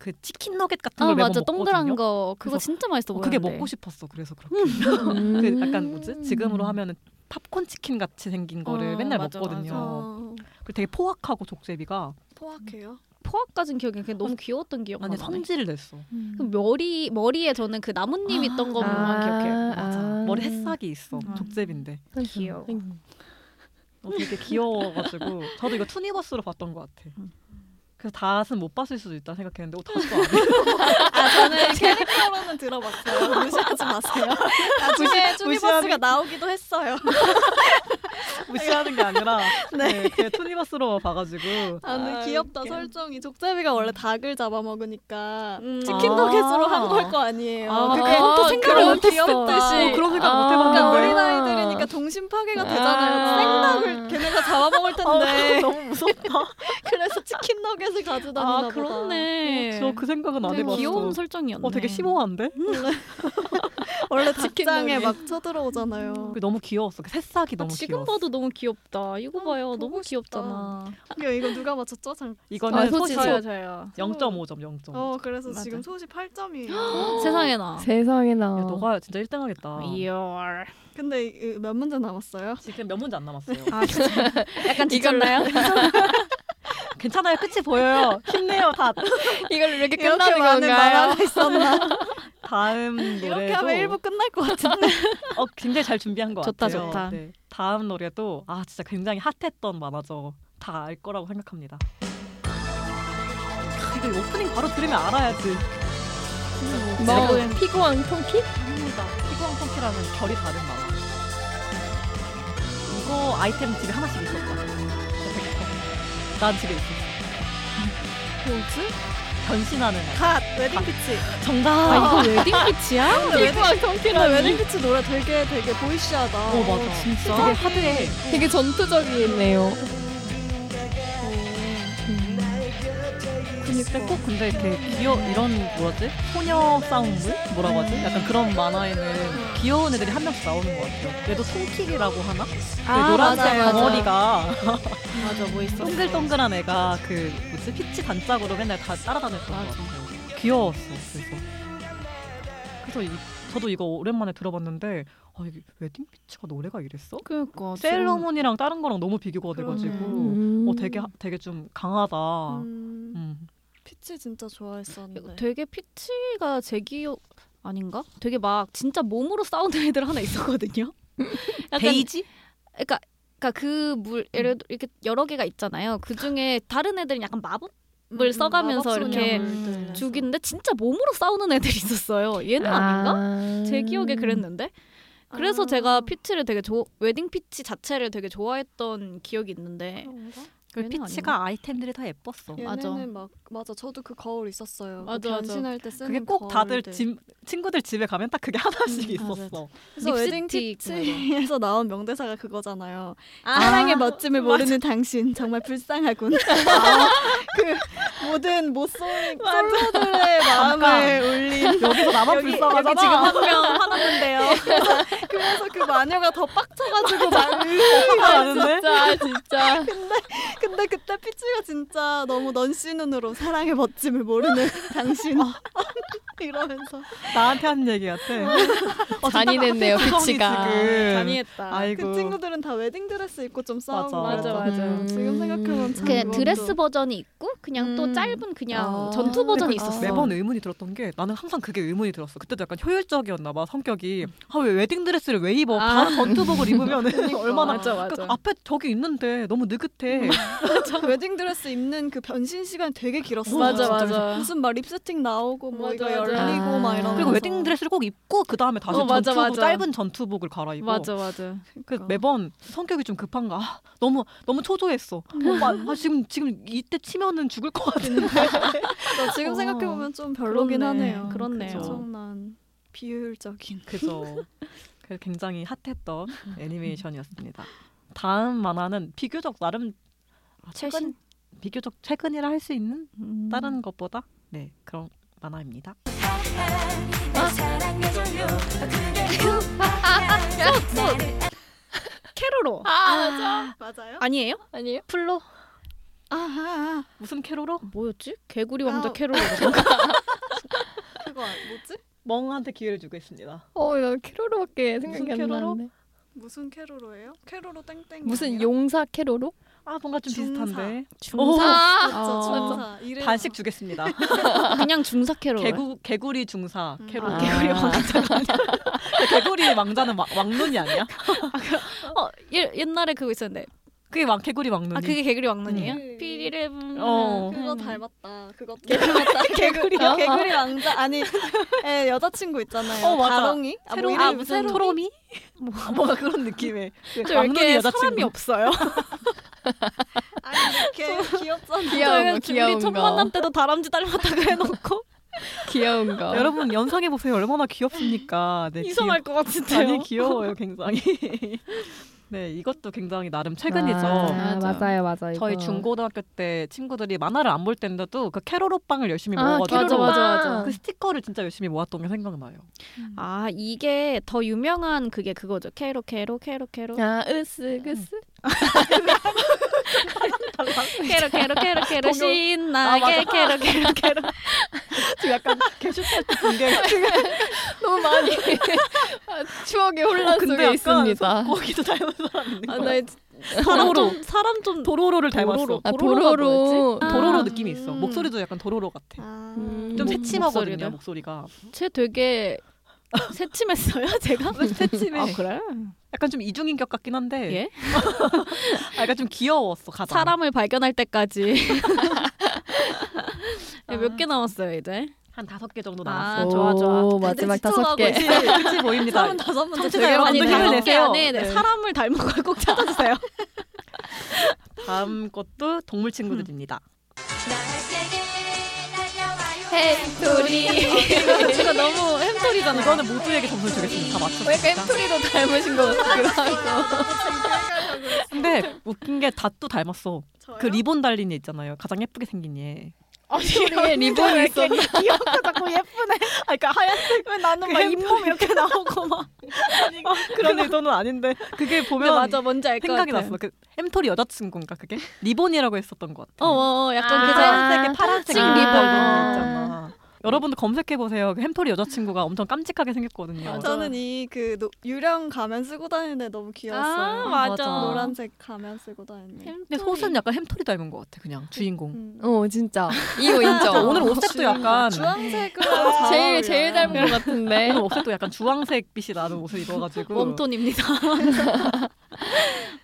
그 치킨 너겟 같은 아 걸 매번 맞아 먹거든요. 동그란 거 네. 그거 그래서- 진짜 맛있어 어, 보였는데 그게 먹고 싶었어. 그래서 그렇게. 음. [LAUGHS] 그 약간 뭐지? 지금으로 하면은 팝콘 치킨 같이 생긴 거를 어, 맨날 음. 맞아, 먹거든요. 어, 그리고 되게 포악하고 족제비가 포악해요. 포악까진 기억이 그냥 너무 귀여웠던 기억만 아니 나네 성질을 냈어. 그 머리 머리에 저는 그 나뭇잎 있던 것만 기억해요 맞아. 아. 머리 햇삭이 있어. 음. 족제비인데. 귀여워 어, 되게 귀여워가지고 저도 이거 투니버스로 봤던 것 같아. 그래서 다스는 못 봤을 수도 있다 생각했는데 어, 다스도 안 해. 아 저는 캐릭터로는 들어봤어요. [LAUGHS] 무시하지 마세요. 나중에 무시- 무시하는- 투니버스가 나오기도 했어요. 무시하는 게 아니라 네, 그냥 투니버스로 봐가지고 아, 근데 아, 귀엽다 웃겨. 설정이 족제비가 원래 닭을 잡아먹으니까 음. 치킨 아. 너겟으로 한 걸 거 아니에요. 아, 그게 그건 또 생각을 그런 못했어. 귀엽듯이. 어, 그런 생각 아. 못 그러니까 해봤는데 어린 아이들이니까 동심 파괴가 되잖아요. 아. 생닭을 걔네가 [LAUGHS] 어, 잡아먹을 텐데. 너무 무섭다. [LAUGHS] 그래서 치킨 너겟을 가져다니나 아 보다. 그렇네. 저 그 생각은 안 되게 해봤어. 귀여운 설정이었네. 아, 어, 되게 심오한데? 원래 치킨 닭장에 너겟. 막 쳐들어오잖아요. 그게 너무 귀여웠어. 그 새싹이 아, 너무 어, 지금 귀여워. 봐도 너무 귀엽다. 이거 아, 봐요. 보고 너무 귀엽잖아. 이거 이거 누가 맞췄죠? 잠. 이거는 아, 소시 소시지. 저요 저요. 0.5점, 0.5점. 어 그래서 맞아. 지금 소시 8점이. [GASPS] [GASPS] [LAUGHS] 세상에나. 세상에나. 야, 너가 진짜 1등 하겠다. 어, 예. 이얼. 근데 이- 몇 문제 남았어요? 지금 몇 문제 안 남았어요. 아, [LAUGHS] 그 약간 지쳤나요? [LAUGHS] 괜찮아요. 끝이 [LAUGHS] 보여요. 힘내요, 다. [LAUGHS] 이걸 이렇게 이렇게 많은 [LAUGHS] 만화가 있었나? 다음 노래도 이렇게 하면 1부 끝날 것 같은데. 어, 굉장히 잘 준비한 것 좋다, 같아요. 좋다. 네. 다음 노래도 아 진짜 굉장히 핫했던 만화죠. 다 알 거라고 생각합니다. 아, 이거 오프닝 바로 들으면 알아야지. 뭐 지금 피고왕 통키? 합니다. 피구왕 펑키라는 결이 다른 만화. 이거 아이템 집에 하나씩 있었다. [LAUGHS] 난 집에 있어. 뭐지? 변신하는 애. 갓 [LAUGHS] 웨딩 피치. 정답. 아 [LAUGHS] 이거 웨딩 피치야? 피고왕 근데 통키라는. 웨딩 피치 노래 되게 되게 보이시하다. 어 맞아. 진짜. 되게 하드해. 되게 전투적이네요. 근데 그러니까 꼭 근데 이렇게 귀여 이런 뭐라지 소녀 싸움물 뭐라고 하지? 약간 그런 만화에는 귀여운 애들이 한 명씩 나오는 것 같아요. 얘도 손길이라고 하나? 아, 그 노란색 맞아, 맞아. 덩어리가 맞아 뭐 있어. 동글동글한 애가 그 뭐지 피치 단짝으로 맨날 다 따라다녔던 것 같아요. 귀여웠어. 그래서 그래서 이, 저도 이거 오랜만에 들어봤는데 아 이게 웨딩 피치가 노래가 이랬어? 그니까 세일러문이랑 다른 거랑 너무 비교가 돼가지고 음. 어 되게 하- 되게 좀 강하다. 아. 음, 음. 피치 진짜 좋아했었는데. 네. 되게 피치가 제 기억 아닌가? 되게 막 진짜 몸으로 싸우는 [LAUGHS] 애들 하나 [LAUGHS] 있었거든요. 약간 그러니까 그러니까 그 물 예를 들어 이렇게 여러 개가 있잖아요. 그 중에 다른 애들은 약간 마법 음, 물 써가면서 이렇게 죽이는데 진짜 몸으로 싸우는 애들이 있었어요. 얘는 아닌가? 제 기억에 그랬는데 그래서 아. 제가 피치를 되게 좋 웨딩 피치 자체를 되게 좋아했던 기억이 있는데 그 얘는 피치가 아이템들이 다 예뻤어. 예. 맞아. 맞아. 막 맞아. 저도 그 거울 있었어요. 맞아, 맞아, 맞아. 변신할 때 쓰는 그게 꼭 다들 거울들. 집, 친구들 집에 가면 딱 그게 하나씩 음, 맞아, 있었어. 그래서 웨딩 립스틱 뭐 피치에서 나온 명대사가 그거잖아요. 아. 사랑의 멋짐을 모르는 당신 정말 불쌍하군. 그 모든 못 쏠린 [LAUGHS] 솔로들의 마음을 울린 아, 여기서 나만 여기- 불쌍하잖아. 여기 지금 한 한명 화났는데요. [LAUGHS] 그래서 그 마녀가 더 빡쳐가지고 막 화가 나는데? 진짜 진짜 근데 그때 피치가 진짜 너무 넌씨 눈으로 사랑의 멋짐을 모르는 [LAUGHS] 당신 이러면서 그 나한테 한 얘기 같아. 어, 진짜 잔인했네요, 나한테 구성이 피치가. 지금. 잔인했다. 아이고. 그 친구들은 다 웨딩 드레스 입고 좀 싸우고 맞아. 그랬잖아요. 맞아, 맞아. 음. 지금 생각하면 참 그 그것도- 드레스 버전이 있고 그냥 또 음. 짧은 그냥 아. 전투 근데 버전이 그- 있었어. 매번 의문이 들었던 게 나는 항상 그게 의문이 들었어. 그때도 약간 효율적이었나 봐 성격이. 아 왜 웨딩 드레스를 왜 입어? 아. 바로 전투복을 입으면 얼마나 맞아, 맞아. 그러니까 앞에 저기 있는데 너무 느긋해. 그 웨딩 드레스 입는 그 변신 시간 되게 길었어. 맞아 진짜. 맞아. 무슨 막 립스틱 나오고 뭐 맞아, 이거 맞아. 열리고 막 아. 이런. 그리고 웨딩 드레스를 꼭 입고 그 다음에 다시 어, 맞아, 전투복 맞아. 짧은 전투복을 갈아입어. 맞아 그러니까. 맞아. 그 매번 성격이 좀 급한가. 아, 너무 너무 초조했어. 어, 마- 아, 지금 지금 이때 치면은 죽을 것 음. 같은데. 지금 어. 생각해 보면 좀 별로긴 그렇네. 하네요. 그렇네요. 그 엄청난 비효율적인. [LAUGHS] 그죠. 그래서 굉장히 핫했던 애니메이션이었습니다. 다음 만화는 비교적 나름 아, 최근 비교적 최근이라 할 수 있는 음. 다른 것보다 네 그런 만화입니다. 캐로로 맞아요? 아니에요? 아니에요? 플로 아하 무슨 캐로로? 뭐였지? 개구리 왕자 아. 캐로로 그거 아, 뭐지? 멍한테 기회를 주겠습니다. 어나 캐로로밖에 생각이 안 캐로로? 나는데 무슨 캐로로예요? 캐로로 땡땡. 무슨 아니에요? 용사 캐로로? 아 뭔가 좀 중사. 비슷한데 중사 맞죠, 어. 중사. 아, 이름 반씩 주겠습니다. 그냥 중사 캐로 개구 개구리 중사 음. 캐로 아. 개구리 왕자가 그러니까 아니야. 개구리 왕자는 와- 왕눈이 아니야? 어, 예, 옛날에 그거 있었는데 그게 막 개구리 막눈이. 아 그게 개구리 왕눈이에요? 음. 피리레분 어. 그거 닮았다. 그거 닮았다. 음. [LAUGHS] 개구리 아. 개구리 왕자 아니 에, 여자친구 있잖아요. 어, 맞아. 다롱이 아, 뭐 새로운- 이름이 아, 무슨 무슨 토로미? 뭔가 그런 느낌의 그 저 이렇게 막눈이 사람이 여자친구. 없어요. 아니 [LAUGHS] 이렇게 귀엽잖아. 귀여운 거, 우리 귀여운 첫 거, 만남 때도 다람쥐 닮았다고 해놓고 귀여운 거. 어, 여러분 연상해 보세요. 얼마나 귀엽습니까? 네, 이상할 것 귀여... 같은데요. 아니 귀여워요, 굉장히. [LAUGHS] 네, 이것도 굉장히 나름 최근이죠. 아, 맞아요, 맞아요. 저희 이거. 중고등학교 때 친구들이 만화를 안 볼 때인데도 그 캐롤오빵을 열심히 아, 모아가지고 맞아, 맞아, 그 맞아. 스티커를 진짜 열심히 모았던 게 생각나요. 아 이게 더 유명한 그게 그거죠. 캐로 캐로 캐로 캐로 아, 으스, 으스. 캐로 캐로 캐로 캐로 신나게 캐로 캐로 캐로 지금 약간 게슈탈트 붕괴 [LAUGHS] 너무 많이 아, 추억의 어, 혼란 속에 아. 있습니다. 거기도 닮은 사람 있는 아, 거야. 나 도로로 사람 네. 아, 좀 도로로를 닮았어. 도로로. 아, 도로로가 도로로. 뭐였지? 도로로 아. 느낌이 있어. 음. 목소리도 약간 도로로 같아. 아, 음. 좀 목- 새침하거든요 목소리를? 목소리가. 쟤 되게 새침했어요, [LAUGHS] 제가? 새침해. 아, 그래? 약간 좀 이중인격 같긴 한데. 예? 아, 약간 좀 귀여웠어 가장. 사람을 발견할 [LAUGHS] 때까지. 예, 몇 개 남았어요, 이제? 한 다섯 개 정도 아, 나왔어. 좋아, 좋아. 오, 근데 마지막 지쳐가고 다섯 [LAUGHS] 개. 있어요. 그치 보입니다. 다섯 문제 청취자 되게 여러분 많이 아니, 힘을 나와. 다섯 개 내세요. 안에 네. 네. 사람을 닮은 걸 꼭 [LAUGHS] 찾아주세요. 다음 것도 동물 친구들입니다. 나에게 달려와요 [LAUGHS] 햄토리. 제가 너무 햄토리잖아요. 이거는 모두에게 점수 주겠습니다. 다 맞춰. 왜 햄토리도 닮으신 것 같기도 하고. 근데 웃긴 게 닷도 닮았어. 저요? 그 리본 달린 얘 있잖아요. 가장 예쁘게 생긴 얘. 햄토리에 리본이 있었나? 아, 그러니까 하얀색 왜 나는 막 잇몸 이렇게 나오고 막 [LAUGHS] 그런 의도는 아닌데 그게 근데 보면 맞아, 뭔지 알것 같아. 생각이 났어. 그 햄토리 여자친구인가 그게 [LAUGHS] 리본이라고 했었던 것 어, 같아. 어, 어, 약간 그 그색 하얀색에 파란색 찡 리본 리본. 이런 거 있잖아. 여러분도 검색해 보세요. 그 햄토리 여자친구가 엄청 깜찍하게 생겼거든요. 맞아. 저는 이 그 유령 가면 쓰고 다니는데 너무 아, 귀여웠어요. 맞아. 맞아. 음. 노란색 가면 쓰고 다니는. 햄토리. 근데 속은 약간 햄토리 닮은 것 같아. 그냥 주인공. 음. 어, 진짜. 이거 아, 인정. 오늘 옷색도 [LAUGHS] 약간 주황색으로 잘 제일 어울려요. 제일 닮은 것 같은데. 오늘 옷색도 약간 주황색 빛이 나는 옷을 입어가지고 웜톤입니다.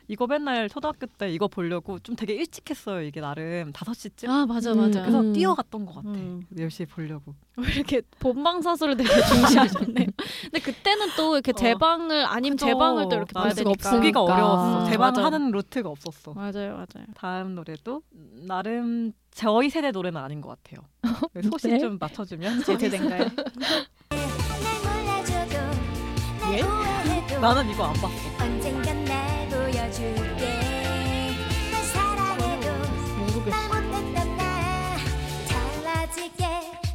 이거 맨날 초등학교 때 이거 보려고 좀 되게 일찍 했어요. 이게 나름 [LAUGHS] 5시쯤 아, 맞아, 음, 맞아. 그래서 음. 뛰어갔던 것 같아. 그 음. 열심히 보려고. 왜 이렇게 본방사수를 되게 중시하셨네요. [LAUGHS] 근데 그때는 또 이렇게 어. 재방을 아니면 그죠. 재방을 또 이렇게 봐야 볼 수가 되니까. 없으니까. 보기가 어려웠어. 음, 맞아. 재방하는 루트가 없었어. 맞아요, 맞아요. 다음 노래도 나름 저희 세대 노래는 아닌 것 [LAUGHS] 같아요. 소시 네? 좀 맞춰주면 제대된가요? 날 몰라줘도 날 예? 오해해도 나는 이거 안 봤어. 언젠간 날 보여줄게 날 사랑해도 말 못했던 나 달라지게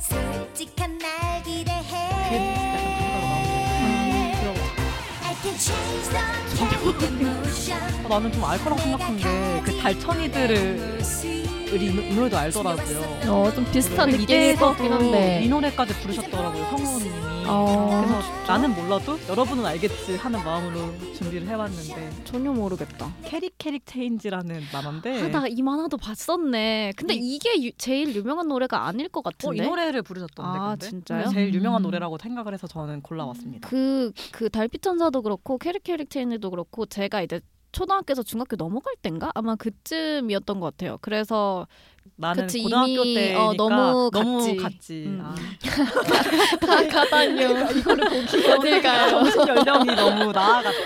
솔직한 날 네. 기대해 I can change the emotion 어, 나는 좀 알 거라고 생각한 게그 달천이들을 이 노- 이 노래도 알더라고요. 어, 좀 비슷한 그 느낌일 것 이대에서도 같긴 이 한데. 노래까지 부르셨더라고요 성우님이. 어. 그래서 나는 몰라도 여러분은 알겠지 하는 마음으로 준비를 해봤는데 전혀 모르겠다. 캐릭 캐릭 체인지라는 만화인데 아, 나 이만화도 봤었네. 근데 이게 유- 제일 유명한 노래가 아닐 것 어, 이 같은데. 노래를 부르셨던데 아, 근데 진짜요? 제일 음. 유명한 노래라고 생각을 해서 저는 골라왔습니다. 그, 그 달빛천사도 그렇고 캐릭캐릭 체인지도 그렇고 제가 이제 초등학교에서 중학교 넘어갈 땐가 아마 그쯤이었던 것 같아요. 그래서 나는 그치, 고등학교 이미, 때니까 어, 너무 너무 갔지. 갔지. 갔지. 음. [LAUGHS] 아. 다 가다녀. 이거를 보기 어딜 가요? [LAUGHS] 정신 연령이 [LAUGHS] 너무 아, 나아갔다.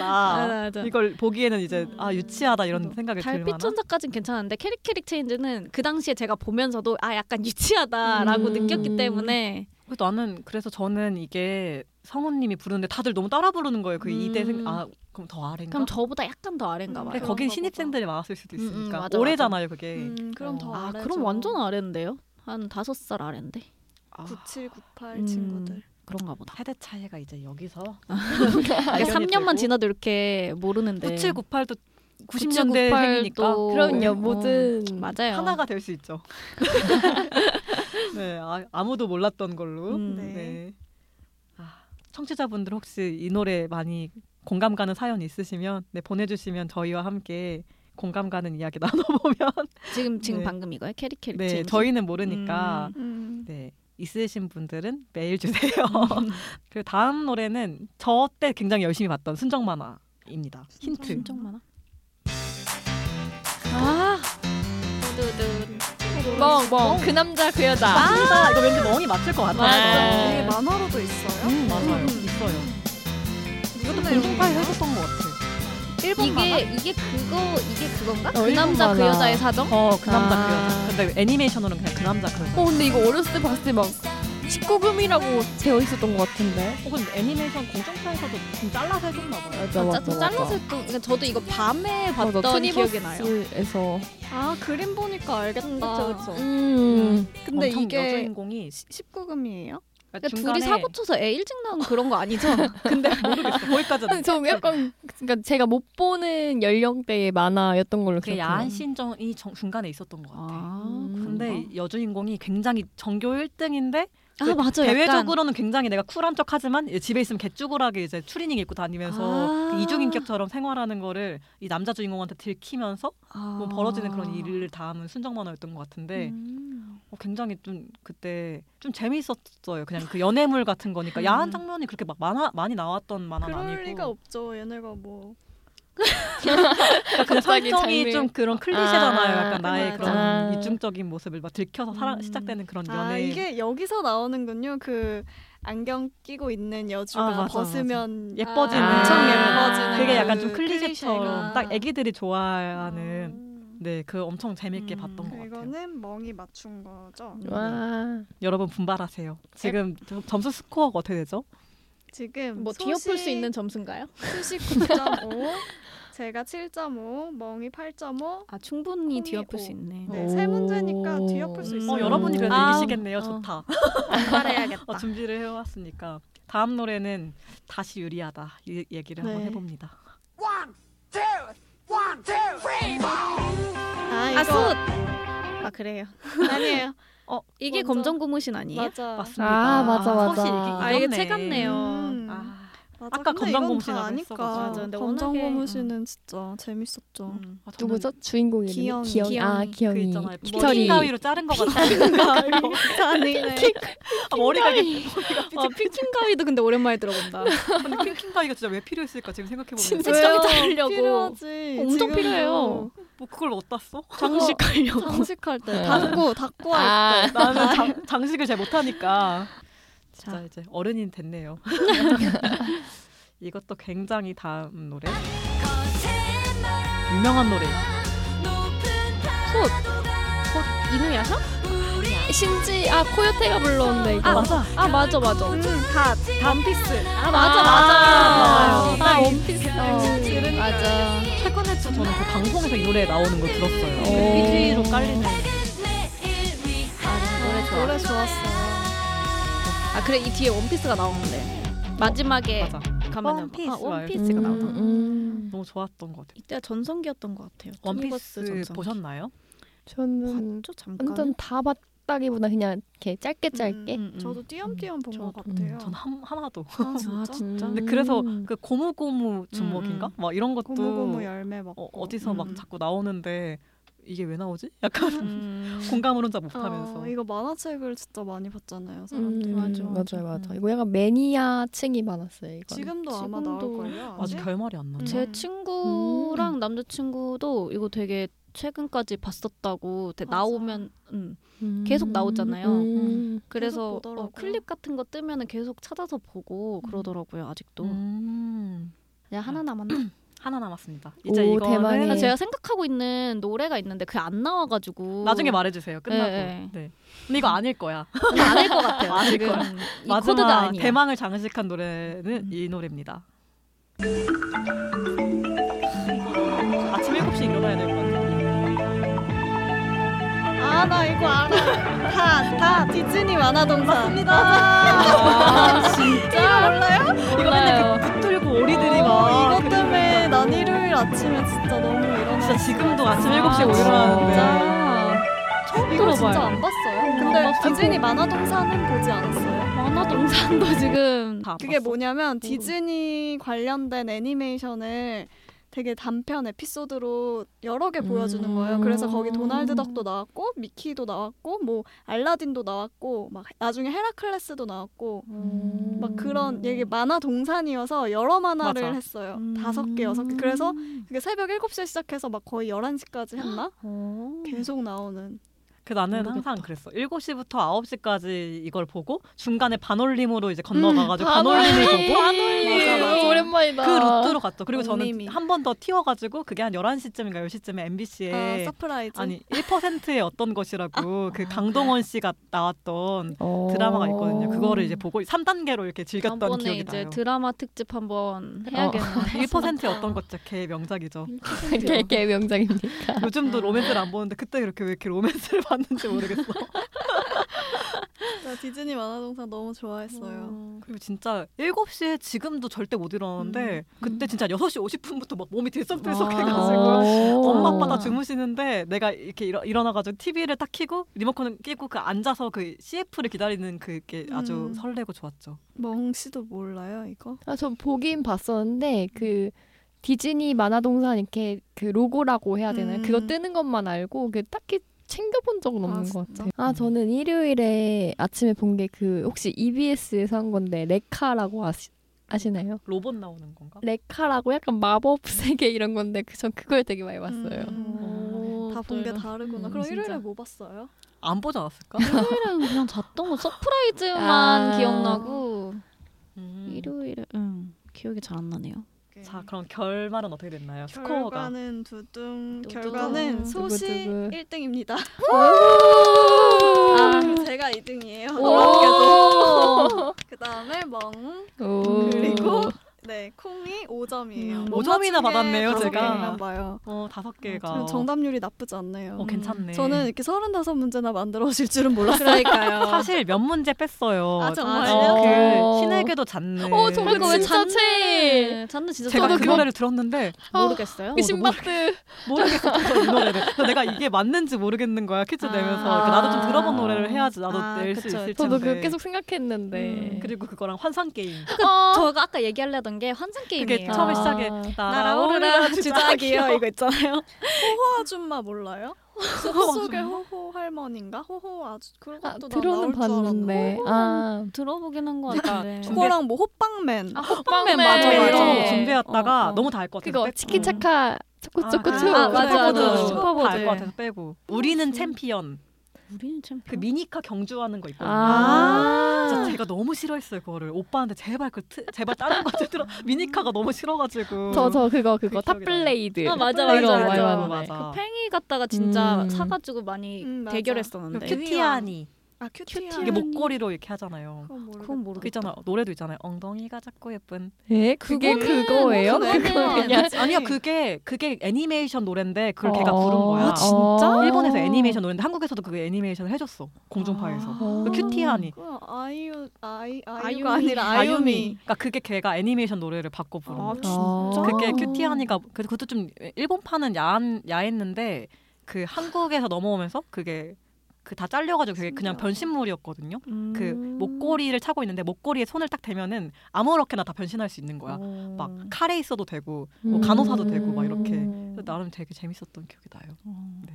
맞아. 음. 이걸 보기에는 이제 아 유치하다 이런 생각이 달빛 들만한. 천사까진 괜찮은데 캐릭 캐릭 체인지는 그 당시에 제가 보면서도 아 약간 유치하다라고 음. 느꼈기 때문에 그래서 나는 그래서 저는 이게 성우님이 부르는데 다들 너무 따라 부르는 거예요. 그 음. 이대 생. 아 그럼 더 아래인가? 그럼 저보다 약간 더 아래인가 음, 봐요. 근데 거긴 그런가 신입생들이 많았을 수도 음, 음, 있으니까 맞아, 올해잖아요 그게. 음, 그럼 더 아 아래죠. 뭐. 그럼 완전 아래인데요? 한 다섯 살 아래인데 97, 98 음. 친구들. 그런가 보다. 세대 차이가 이제 여기서 [LAUGHS] 아, 그러니까 3년만 지나도 이렇게 모르는데 9798도 90년대 9798도 생이니까 그럼요. 어. 모든 맞아요. 하나가 될 수 있죠. [LAUGHS] 네, 아, 무도 몰랐던 걸로. 음. 네. 네. 아, 청취자분들 혹시 이 노래 많이 공감 가는 사연 있으시면 네, 보내주시면 저희와 함께 공감 가는 이야기 [LAUGHS] 나눠보면 지금 지금 네. 방금 이거요? 캐릭 캐릭 네, 체인지. 저희는 모르니까 음. 네, 있으신 분들은 메일 주세요. [LAUGHS] 그리고 다음 노래는 저 때 굉장히 열심히 봤던 순정 만화입니다. 힌트. 엄청 많아. 멍멍 그 남자 그 여자 맞아. 이거 왠지 멍이 맞출 것 맞아. 이게 같아요. 만화로도 있어요? 음, 맞아요. 음. 있어요. 이것도 근데 공중파에 이거 해줬던 것 같아. 이게 이게 그거 이게 그건가? 어, 그 남자 그 일본 만화. 여자의 사정? 어, 그 남자 아. 그 여자. 근데 애니메이션으로는 그냥 그 남자 그 여자. 어 근데 이거 어렸을 때 봤을 때 막 19금이라고 되어 있었던 것 같은데 혹은 애니메이션 공중파에서도 좀 잘라서 해줬나 봐요. 맞아 어, 짜- 좀 잘라서 했던- 그러니까 저도 이거 밤에 맞아, 봤던 기억이 나요. 투니버스에서 아 그림 보니까 알겠다. 그쵸, 그쵸. 음 근데 아, 엄청 이게 여주인공이 아, 19금이에요? 그러니까 둘이 사고 쳐서 애 일찍 낳은 그런 거 아니죠? 근데 [LAUGHS] 모르겠어. 거기까지는. [LAUGHS] 아니, 저 약간 그러니까 제가 못 보는 연령대의 만화였던 걸로 그 기억해요. 야한 신정이 정- 중간에 있었던 것 같아. 요 음. 근데 근데 여주인공이 굉장히 전교 1등인데 아 맞아요. 대외적으로는 굉장히 내가 쿨한 척하지만 이제 집에 있으면 개쭈구라게 이제 추리닝 입고 다니면서 아. 그 이중인격처럼 생활하는 거를 이 남자 주인공한테 들키면서 약간, 뭐 아. 벌어지는 그런 일을 담은 순정 만화였던 것 같은데 음. 어, 굉장히 좀 그때 좀 재미있었어요. 그냥 그 연애물 같은 음. 거니까 야한 장면이 그렇게 막 많아 많이 나왔던 만화 는 그럴 아니고 리가 없죠. 얘네가 뭐 약간 갑자기 그러니까 설정이 장르. 좀 그런 클리셰잖아요. 아, 약간 나의 맞아. 그런 아. 이중적인 모습을 막 들켜서 살아, 음. 시작되는 그런 연애. 아 이게 여기서 나오는군요. 그 안경 끼고 있는 여주가 아, 맞아, 맞아. 벗으면 예뻐지는 아, 엄청 예뻐지는 그게 약간 그 좀 클리셰처럼 클리셰가. 딱 애기들이 좋아하는 음, 네 그 엄청 재밌게 음, 봤던 것 같아요. 이거는 멍이 맞춘 거죠. 음. 와 여러분 분발하세요. 지금 점- 점수 스코어가 어떻게 되죠? 지금 뭐 네. 소식- 뒤엎을 수 있는 점수인가요? 수식 [LAUGHS] 9.5, 제가 7.5, 멍이 8.5. 아 충분히 콩이 뒤엎을 오. 수 있네. 네, 세 문제니까 뒤엎을 수 음. 있어요. 어 여러분이 그래도 아, 이기시겠네요. 어. 좋다. 말해야겠다. 어, 준비를 해왔으니까 다음 노래는 다시 유리하다 이 얘기를 한번 네. 해봅니다. 아, 아, 이거 숫! 아 [LAUGHS] 그래요. 아니에요. 이게 먼저. 검정고무신 아니에요? 맞아. 맞습니다. 아, 맞아, 맞아. 서시 이기기 아 이게 어렵네. 책 같네요. 음. 아, 맞아. 아까 근데 이건 검정고무신하고 다 아니까. 했어가지고. 맞아, 근데 워낙에- 검정고무신은 진짜 재밌었죠. [LAUGHS] 음. 아, 저는 누구죠 주인공이 기영이. 기영이 아 기영이. 그 기영이 있잖아요. 빅터리 머리 가위로 자른 것 같아요. [LAUGHS] 아니네. 아, 머리가 이게 아 핑킹 가위도 근데 오랜만에 들어본다. 근데 핑킹 가위가 진짜 [LAUGHS] 왜 필요했을까 지금 생각해 보면 진짜 색정이 다르려고. 필요하지. 엄청 지금도 필요해요. 뭐 그걸 어디다 써? 장식하려고. 장식할 때 네. 닭구 닭구 할 아 나는 장, 장식을 잘 못하니까 진짜 이제 어른이 됐네요. [LAUGHS] 이것도 굉장히 다음 노래 유명한 노래 이누야샤? 신지 아 코요테가 불렀는데 이거 아, 맞아. 아 맞아 맞아. 음. 다 단피스. 아 맞아 아, 맞아. 아 음. 원피스. 들으니까. 맞아. 최근에 또 저는 그 방송에서 이 노래 나오는 걸 들었어요. 그 오. 삐지로 깔리는. 노래 좋아. 노래 좋았어요. 아 그래 이 뒤에 원피스가 나오는데 마지막에 맞아. 가면은 원피스 아, 원피스가 음, 나오나. 음. 너무 좋았던 것 같아요. 이때가 전성기였던 것 같아요. 투니버스 원피스 전성기. 보셨나요? 저는 봤죠 잠깐. 완전 다 봤다기보다 그냥 이렇게 짧게 짧게 음, 음, 음. 저도 띄엄띄엄 본 것 저도. 같아요. 전 한, 하나도. [LAUGHS] [LAUGHS] 아, 진짜? 음. 근데 그래서 그 고무고무 주먹인가? 음, 막 이런 것도 고무고무 열매 먹고. 어, 어디서 막 음. 자꾸 나오는데 이게 왜 나오지? [LAUGHS] 약간 음. 공감을 혼자 못하면서. 어, 이거 만화책을 진짜 많이 봤잖아요. 음, 네, 사람들이. 맞아요 맞아 음. 이거 약간 매니아층이 많았어요 이거 지금도 아마 지금도- 나올 걸요. 아직 결말이 안 나죠. 제 음. 친구랑 남자친구도 이거 되게 최근까지 봤었다고 되게 맞아. 나오면 음. 계속 나오잖아요. 그래서 계속 어, 보더라고요. 클립 같은 거 뜨면은 계속 찾아서 보고 그러더라고요 아직도. 음. 이제 하나 남았나? 하나 남았습니다. 이제 오, 이거는 대망의. 그러니까 제가 생각하고 있는 노래가 있는데 그게 안 나와가지고 나중에 말해주세요. 끝나고. 네, 네. 근데 이거 아닐 거야. 안할 것 같아요. 아닐 지금 거야. 이 마지막 코드가 아니야. 대망을 장식한 노래는 이 노래입니다. 아침 7시에 일어나야 될 것 같아요. 아, 나 이거 알아. 다, 다 디즈니 만화동산. 아, 진짜 몰라요? 이거 맨날 그 붙들고 오리들이 막 어, 이것 때문에 난 일요일 아침에 진짜 너무 일어나. 진짜 지금도 아침 아, 7시에 진짜. 일어나는데 처음 들어봐요. 진짜 안 봤어요. 아, 근데 디즈니 만화동산은 보지 않았어요. 만화 [LAUGHS] 동산도 지금 다 그게 봤어. 뭐냐면 디즈니 관련된 애니메이션을 되게 단편 에피소드로 여러 개 보여주는 거예요. 그래서 거기 도날드 덕도 나왔고 미키도 나왔고 뭐 알라딘도 나왔고 막 나중에 헤라클레스도 나왔고 음. 막 그런 이게 만화 동산이어서 여러 만화를 맞아. 했어요. 다섯 개 여섯 개. 그래서 그게 새벽 7시에 시작해서 막 거의 11시까지 했나? 어. 계속 나오는. 그 나는 항상 그랬어. 7시부터 9시까지 이걸 보고 중간에 반올림으로 이제 건너가가지고 반올림을 보고 맞아, 맞아. 오랜만이다. 그 루트로 갔죠. 그리고 올림이. 저는 한 번 더 튀어가지고 그게 한 11시쯤인가 10시쯤에 MBC에 아, 서프라이즈. 예. 아니 1%의 어떤 것이라고 그 강동원 씨가 나왔던 어. 드라마가 있거든요. 그거를 [LAUGHS] 이제 보고 3단계로 이렇게 즐겼던 다음번에 기억이 이제 나요. 드라마 특집 한번 어. [LAUGHS] 해야겠네. 1%의 어떤 것죠. 걔 명작이죠. 개, 개 명작입니다. 요즘도 로맨스를 안 보는데 그때 이렇게 왜 이렇게 로맨스를 [LAUGHS] 봤는지 모르겠어. 나 디즈니 만화동산 너무 좋아했어요. 그리고 진짜 7시에 지금도 절대 못 일어나는데 그때 진짜 6시 50분부터 막 몸이 들썩들썩 아. 해가지고 어. 엄마 아빠 다 주무시는데 내가 이렇게 일어, 일어나가지고 TV를 딱 켜고 리모컨을 끼고 그 앉아서 그 CF를 기다리는 그게 아주 음. 설레고 좋았죠. 멍씨도 몰라요 이거? 아, 전 보긴 봤었는데 그 디즈니 만화동산 이렇게 그 로고라고 해야 되나요? 음. 그거 뜨는 것만 알고 그 딱히 챙겨본 적은 아, 없는 것 진짜? 같아요. 아 저는 일요일에 아침에 본 게 그 혹시 EBS에서 한 건데 레카라고 아시, 아시나요? 로봇 나오는 건가? 네. 레카라고 약간 마법 [LAUGHS] 세계 이런 건데 그 전 그걸 되게 많이 봤어요. 음. 다 본 게 다르구나. 음, 그럼 진짜. 일요일에 뭐 봤어요? 안 보지 않았을까? 일요일은 그냥 잤던 거 서프라이즈만 아. 기억나고 음. 일요일에 음, 기억이 잘 안 나네요. 자 그럼 결말은 어떻게 됐나요? 스코어가 결과는 두둥 두둥. 결과는 소시 두구두구. 1등입니다. [LAUGHS] 아, 제가 2등이에요. 오! 그 다음에 멍 오. 그리고 네 콩이 5점이에요. 음, 5점이나 받았네요, 제가. 봐요. 어 다섯 개가 저는 정답률이 나쁘지 않네요. 음. 어 괜찮네. 저는 이렇게 35문제나 만들어 오실 줄은 몰랐어요. 그러니까요. 사실 몇 문제 뺐어요. 아, 아, 정말요? 그 신에게도 잤네. 어, 정말 그리고 왜 진짜 잔체? 잔는 네, 진짜 제가 저도 그 그거 노래를 들었는데 모르겠어요. 그 신바트 모르겠었어 이 노래를. 근데 내가 이게 맞는지 모르겠는 거야 퀴즈 아. 내면서. 그러니까 나도 좀 들어본 노래를 해야지 나도 아, 낼 수 그쵸. 있을 텐데. [LAUGHS] 저도 그 계속 생각했는데 네. 음, 그리고 그거랑 환상 게임. 어. 뭐 저가 아까 얘기하려던 게 환상 게임이에요. 아. 그게 처음에 시작에 날아오르라 주작이요 이거 있잖아요. 호호 아줌마 몰라요? 숲속의 호호 할머니인가? 호호 아주 아, 그것도 나 나올 들어는 줄 알았는데. 봤는데 아 [LAUGHS] 들어보긴 한 것 같은데. 그러니까 그거랑 뭐 호빵맨. 아, 호빵맨 맞아, 맞아 네. 맞아. 맞아. 준비했다가 어, 어. 너무 다 알 것 같아서 그거 뺐고. 치킨 차카 초코 초코 아, 초 아, 맞아, 초코 맞아. 초코 슈퍼보드. 다알것 같아서 빼고. 우리는 챔피언. 우리는 참. 그 미니카 경주하는 거 있거든요. 아. 아. 진짜 제가 너무 싫어했어요 그거를 오빠한테 제발 그 트, 제발 다른 거 [LAUGHS] 들어 미니카가 너무 싫어가지고 음. 저 저 그거 그거 기억이 나요. 탑블레이드 아 맞아 맞아, 맞아 맞아, 맞아. 맞아. 그 팽이 갔다가 진짜 음. 사가지고 많이 음, 맞아. 그 대결했었는데. 큐티아니 아 큐티야. 이게 목걸이로 이렇게 하잖아요. 그건 모르겠다. 그건 뭐 그 모르겠다. 어, 있잖아 노래도 있잖아요. 엉덩이가 작고 예쁜. 에 네, 그게 그거는 그거예요? 그거는 그거 그냥- 그냥 아니야 그게 그게 애니메이션 노래인데 그걸 걔가 어. 부른 거야. 아, 진짜? 일본에서 애니메이션 노래인데 한국에서도 그게 애니메이션을 해줬어 공중파에서. 아. 그 큐티하니. 아. 그건 아이유 아이 아. 아유미. 아이유가 아니라 아유미. 그러니까 그게 걔가 애니메이션 노래를 바꿔 부른 아, 거야. 진짜? 그게 큐티하니가 그래서 그것도 좀 일본판은 야한 야했는데 그 한국에서 넘어오면서 그게 그 다 잘려가지고 그게 그냥 신기하다. 변신물이었거든요. 음. 그 목걸이를 차고 있는데 목걸이에 손을 딱 대면은 아무렇게나 다 변신할 수 있는 거야. 어. 막 칼에 있어도 되고 음. 뭐 간호사도 되고 막 이렇게 그래서 나름 되게 재밌었던 기억이 나요. 네.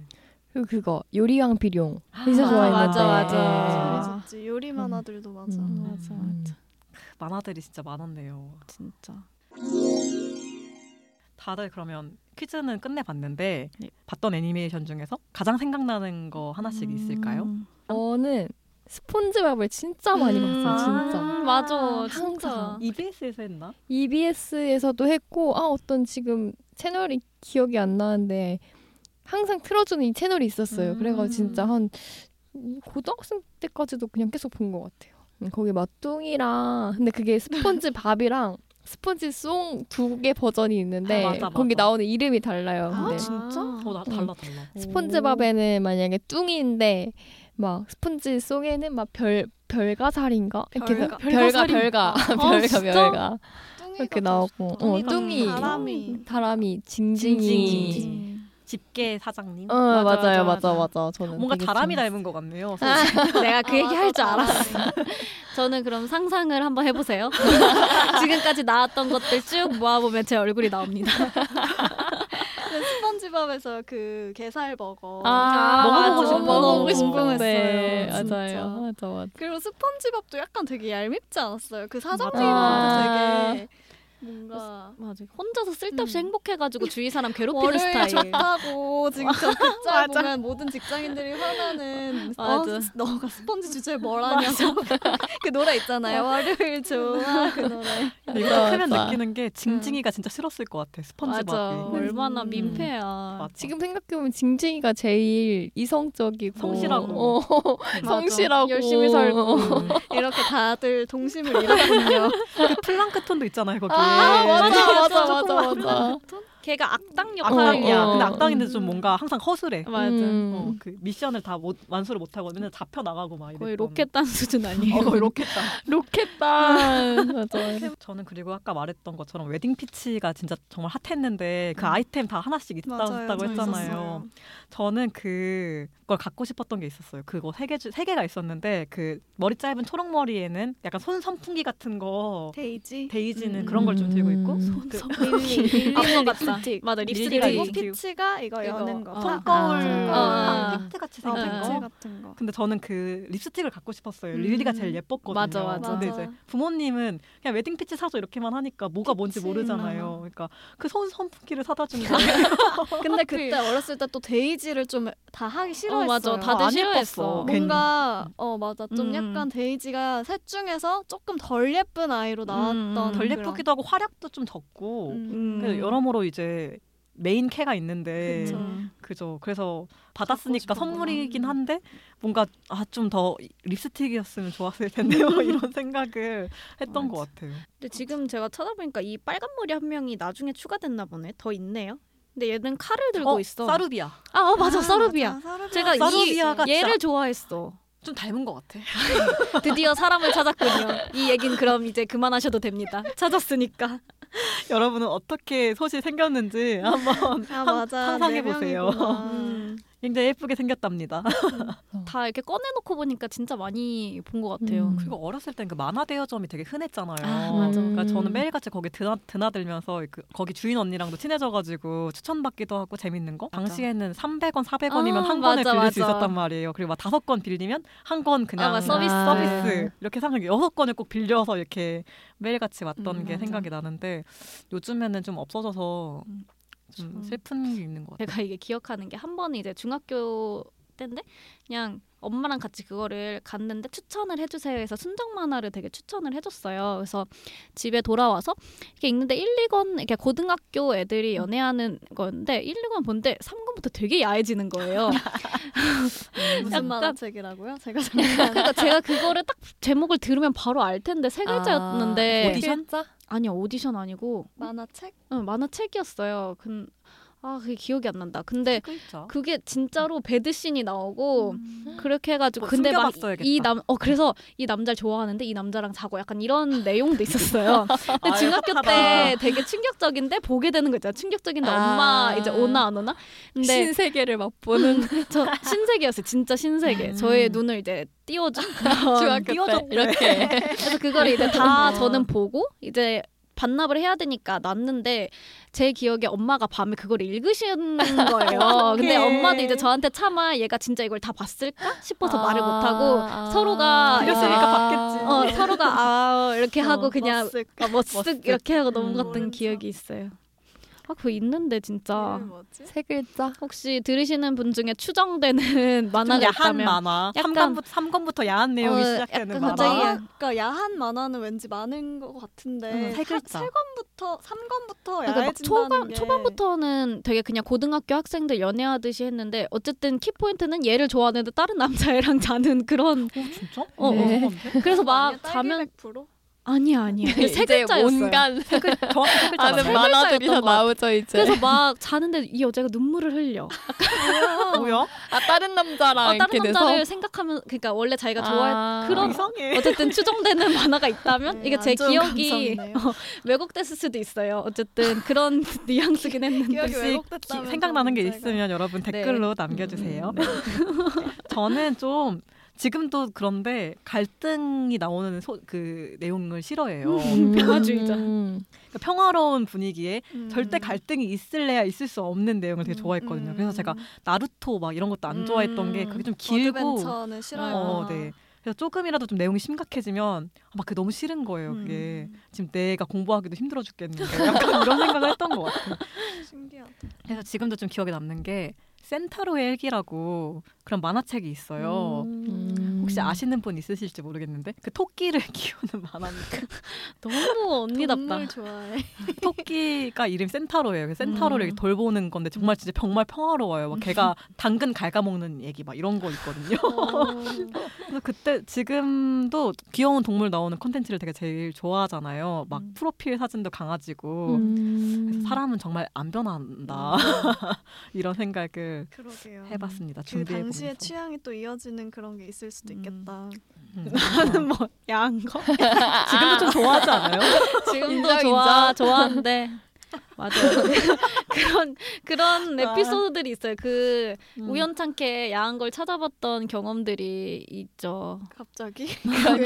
그리고 그거 어. 요리왕 비룡 진짜 좋아했는데 맞아, 네. 맞아. 재밌었지. 요리 만화들도 맞아. 음. 맞아 맞아 만화들이 진짜 많았네요. 진짜. 다들 그러면 퀴즈는 끝내봤는데 네. 봤던 애니메이션 중에서 가장 생각나는 거 하나씩 있을까요? 음. 저는 스폰지밥을 진짜 많이 음. 봤어요 진짜 음, 맞아 항상. 진짜. EBS에서 E 했나? EBS에서도 E 했고 아 어떤 지금 채널이 기억이 안 나는데 항상 틀어주는 이 채널이 있었어요. 음. 그래가 진짜 한 고등학생 때까지도 그냥 계속 본 것 같아요. 음, 거기 맛둥이랑 근데 그게 스펀지 밥이랑 스펀지 송 두 개 버전이 있는데 아, 맞아, 맞아. 거기 나오는 이름이 달라요. 아, 네. 근데 아, 진짜? 아, 어, 네. 나, 달라 달라. 스펀지 밥에는 만약에 뚱이인데 막 스펀지 송에는 막 별 별가살인가 이렇게 별가- [LAUGHS] 별가 별가 별가살인. 별가 아, 별가, 진짜? 별가. 뚱이가 이렇게 나오고 어 뚱이가 뚱이 바람이. 다람이 징징이 음. 징징이. 집게 사장님. 어 맞아요 맞아 맞아요, 맞아, 맞아요. 저는 뭔가 되게 다람이 재밌- 닮은 것 같네요. 내가 그 아, 얘기 할 맞아, 줄 알았어. 바람이. 저는 그럼 상상을 한번 해보세요. [LAUGHS] 지금까지 나왔던 것들 쭉 모아보면 제 얼굴이 나옵니다. 근데 스펀지밥에서 그 게살버거. 아, 먹어보고 맞아, 싶어. 먹어보고 네, 싶은데. 맞아요 맞아 맞아 그리고 스펀지밥도 약간 되게 얄밉지 않았어요. 그 사장님한테 맞아. 되게 뭔가 맞아. [LAUGHS] 혼자서 쓸데없이 음. 행복해가지고 주위 사람 괴롭히는 월요일 스타일. 좋다고 진짜 듣자 맞아. 보면 모든 직장인들이 화나는 어, [LAUGHS] 맞아. 너가 스펀지 주제 뭘 하냐고 [LAUGHS] 그 노래 어. 있잖아요 월요일 좋아 그 [LAUGHS] 노래 이거 크면 맞아. 느끼는 게 징징이가 진짜 싫었을 것 같아. 맞아. 스펀지밥이. 얼마나 음. 민폐야. 맞아. 지금 생각해보면 징징이가 제일 이성적이고 성실하고. 어, 맞아. 성실하고 어. 열심히 살고. 음. 이렇게 다들 동심을 [LAUGHS] 잃었군요 그 플랑크톤도 있잖아요 거기. 아 맞아 맞아 맞아 조금만. 맞아 걔가 악당 악당이야. 역할이야. 어. 근데 악당인데 좀 뭔가 항상 허술해. 맞아. 음. 어, 그 미션을 다 못, 완수를 못하고 맨날 잡혀 나가고 막. 거의 이랬던. 로켓단 수준 아니에요. 어, 거의 로켓다. [LAUGHS] 로켓단 맞아 저는 그리고 아까 말했던 것처럼 웨딩 피치가 진짜 정말 핫했는데 그 아이템 다 하나씩 있다, 있다고 저 했잖아요. 있었어요. 저는 그걸 갖고 싶었던 게 있었어요. 그거 세 개, 주- 세 개가 있었는데 그 머리 짧은 초록 머리에는 약간 손 선풍기 같은 거 음. 데이지 데이지는 음. 그런 걸 좀 들고 있고 음. 그 릴리 앞서 같다. 맞아. 릴리가 그리고 이거 립스틱. 피치가 이거 이거. 여는 거 어. 팝, 손거울 아. 팩트 같이 어, 생긴 팩트 거. 같은 거 근데 저는 그 립스틱을 갖고 싶었어요. 음. 릴리가 제일 예뻤거든요. 맞아, 맞아. 근데 맞아. 이제 부모님은 그냥 웨딩 피치 사줘 이렇게만 하니까 뭐가 뭔지 그치. 모르잖아요. 그러니까 그 손 선풍기를 사다 준 거예요. 근데 그때 어렸을 때 또 데이지를 좀 다 하기 싫어했어요. 어, 맞아. 다들 안 싫어했어. 예뻤어. 괜히. 뭔가 어 맞아 좀 음. 약간 데이지가 셋 중에서 조금 덜 예쁜 아이로 나왔던 음, 덜 그런. 예쁘기도 하고 활약도 좀 적고 음. 그래서 여러모로 이제 메인 캐가 있는데 그쵸. 그죠 그래서 받았으니까 싶었구나. 선물이긴 한데 뭔가 아 좀 더 립스틱이었으면 좋았을 텐데 뭐 [LAUGHS] 이런 생각을 했던 것 같아요. 근데 지금 제가 찾아보니까 이 빨간 머리 한 명이 나중에 추가됐나 보네. 더 있네요. 근데 얘는 칼을 들고 어, 있어. 사루비아 아, 어, 맞아. 아, 서르비아. 맞아, 서르비아. 제가 사루비아가 이 얘를 좋아했어. 좀 닮은 것 같아. 드디어 사람을 찾았군요. 이 얘긴 그럼 이제 그만하셔도 됩니다. 찾았으니까. [LAUGHS] 여러분은 어떻게 솥이 생겼는지 한번 아 맞아 네 상상해 보세요. 명이구나. 음. 굉장히 예쁘게 생겼답니다. [LAUGHS] 다 이렇게 꺼내놓고 보니까 진짜 많이 본 것 같아요. 음. 그리고 어렸을 땐 그 만화 대여점이 되게 흔했잖아요. 아, 맞아. 그러니까 음. 저는 매일같이 거기 드나, 드나들면서 그, 거기 주인 언니랑도 친해져가지고 추천받기도 하고 재밌는 거. 당시에는 300원, 400원이면 아, 한 권을 맞아, 빌릴 수 맞아. 있었단 말이에요. 그리고 막 다섯 권 빌리면 한 권 아, 그냥 맞아. 서비스. 아. 서비스 이렇게 상상 여섯 권을 꼭 빌려서 이렇게 매일같이 왔던 음, 게 맞아. 생각이 나는데 요즘에는 좀 없어져서 음, 좀 그쵸. 슬픈 게 있는 것 같아요. 내가 이게 기억하는 게 한 번은 이제 중학교 때인데 그냥 엄마랑 같이 그거를 갔는데 추천을 해주세요 해서 순정 만화를 되게 추천을 해줬어요. 그래서 집에 돌아와서 이렇게 읽는데 1, 2권 이렇게 고등학교 애들이 음. 연애하는 건데 1, 2권 본데 3권부터 되게 야해지는 [LAUGHS] 거예요. 무슨 약간- 만화책이라고요? 제가 [LAUGHS] 잠깐 그러니까 제가 그거를 딱 제목을 들으면 바로 알 텐데 세 글자였는데 아, 오디션? 아니야 오디션 아니고 만화책 응, 만화책이었어요. 근 아, 그게 기억이 안 난다. 근데 그렇죠. 그게 진짜로 배드신이 나오고 그렇게 해가지고 뭐 근데 숨겨봤어야겠다. 막이남어 그래서 이 남자를 좋아하는데 이 남자랑 자고 약간 [LAUGHS] 이런 내용도 있었어요. 근데 아, 중학교 착하다. 때 되게 충격적인데 보게 되는 거 있잖아. 충격적인데 아. 엄마 이제 오나 안 오나. 근데 신세계를 맛보는 저 신세계였어요. 진짜 신세계. 음. 저의 눈을 이제 [LAUGHS] 띄워준 [LAUGHS] 그런. 중학교 때 이렇게 그래서 그걸 이제 다 저는 보고 이제. 반납을 해야 되니까 났는데 제 기억에 엄마가 밤에 그걸 읽으신 거예요. 어떡해. 근데 엄마도 이제 저한테 차마 얘가 진짜 이걸 다 봤을까 싶어서 말을 못하고 아. 서로가 그랬으니까 아. 봤겠지. 어, 서로가 아 이렇게 어, 하고 그냥 머쓱. 아, 멋쓱 이렇게 하고 넘어갔던 음. 기억이 있어요. 아 그거 있는데 진짜 이름이 그 뭐지? 세 글자 혹시 들으시는 분 중에 추정되는 [LAUGHS] 만화가 야한 있다면 만화. 약간- 3권부터, 3권부터 야한 내용이 어, 시작되는 약간 만화. 갑자기 만화? 그러니까 야한 만화는 왠지 많은 것 같은데 음, 세 글자. 세 권부터 삼 권부터 그러니까 막 야해진다는 초반 게 초반부터는 되게 그냥 고등학교 학생들 연애하듯이 했는데 어쨌든 키 포인트는 얘를 좋아하는데 다른 남자애랑 자는 [LAUGHS] 그런 어, 진짜? 어, 어. 네. 그래서 막 아니야? 딸기 자면 100%? 아니야 아니야 세 이제 글자였어요. 온갖 정확히 세 글자 아는 맞아요. 만화들이서 글자였던 것 같아. 나오죠 이제 그래서 막 자는데 이 여자가 눈물을 흘려. 뭐야? 아 다른 남자랑 아, 이렇게 다른 돼서 남자를 생각하면 그러니까 원래 자기가 좋아했 아. [LAUGHS] 그런 이상해. 어쨌든 추정되는 만화가 있다면 네, 이게 제 안 좋은 기억이 어, 감성이네요. 왜곡됐을 수도 있어요. 어쨌든 그런 [LAUGHS] 뉘앙스긴 했는데. 기억이 혹시 왜곡됐다면 기- 생각나는 게 좀 문제가. 있으면 여러분 네. 음, 댓글로 남겨주세요. [LAUGHS] 저는 좀 지금도 그런데 갈등이 나오는 소, 그 내용을 싫어해요. 평화주의자. 음. 그러니까 평화로운 분위기에 음. 절대 갈등이 있을래야 있을 수 없는 내용을 되게 좋아했거든요. 음. 그래서 제가 나루토 막 이런 것도 안 좋아했던 게 음. 그게 좀 길고 어드벤처는 싫어요. 어, 네. 그래서 조금이라도 좀 내용이 심각해지면 막 그게 너무 싫은 거예요. 그게 지금 내가 공부하기도 힘들어 죽겠는데 약간 [LAUGHS] 이런 생각을 했던 것 같아요. 신기하다. 그래서 지금도 좀 기억에 남는 게 센타로의 일기라고 그런 만화책이 있어요. 네. 음. 혹시 아시는 분 있으실지 모르겠는데 그 토끼를 [LAUGHS] 키우는 만화입니다. 너무 언니답다. 동물 [LAUGHS] 좋아해. 그 토끼가 이름 센타로예요. 그래서 센타로를 음. 이렇게 돌보는 건데 정말 진짜 정말 평화로워요. 막 걔가 당근 갉아먹는 얘기 막 이런 거 있거든요. 그래서 그때 지금도 귀여운 동물 나오는 콘텐츠를 되게 제일 좋아하잖아요. 막 음. 프로필 사진도 강아지고 그래서 음. 사람은 정말 안 변한다 음. [LAUGHS] 이런 생각을 그러게요. 해봤습니다. 그 준비해 당시의 보면서. 취향이 또 이어지는 그런 게 있을 수도 음. 있겠다. 음. 나는 뭐 야한 거? [LAUGHS] 지금도 좀 [LAUGHS] 좋아하지 않아요? 지금도 인정, 좋아 [LAUGHS] 좋아하는데 맞아요. 그런 그런 아. 에피소드들이 있어요. 그 우연찮게 야한 걸 찾아봤던 경험들이 있죠. [LAUGHS] 갑자기 그런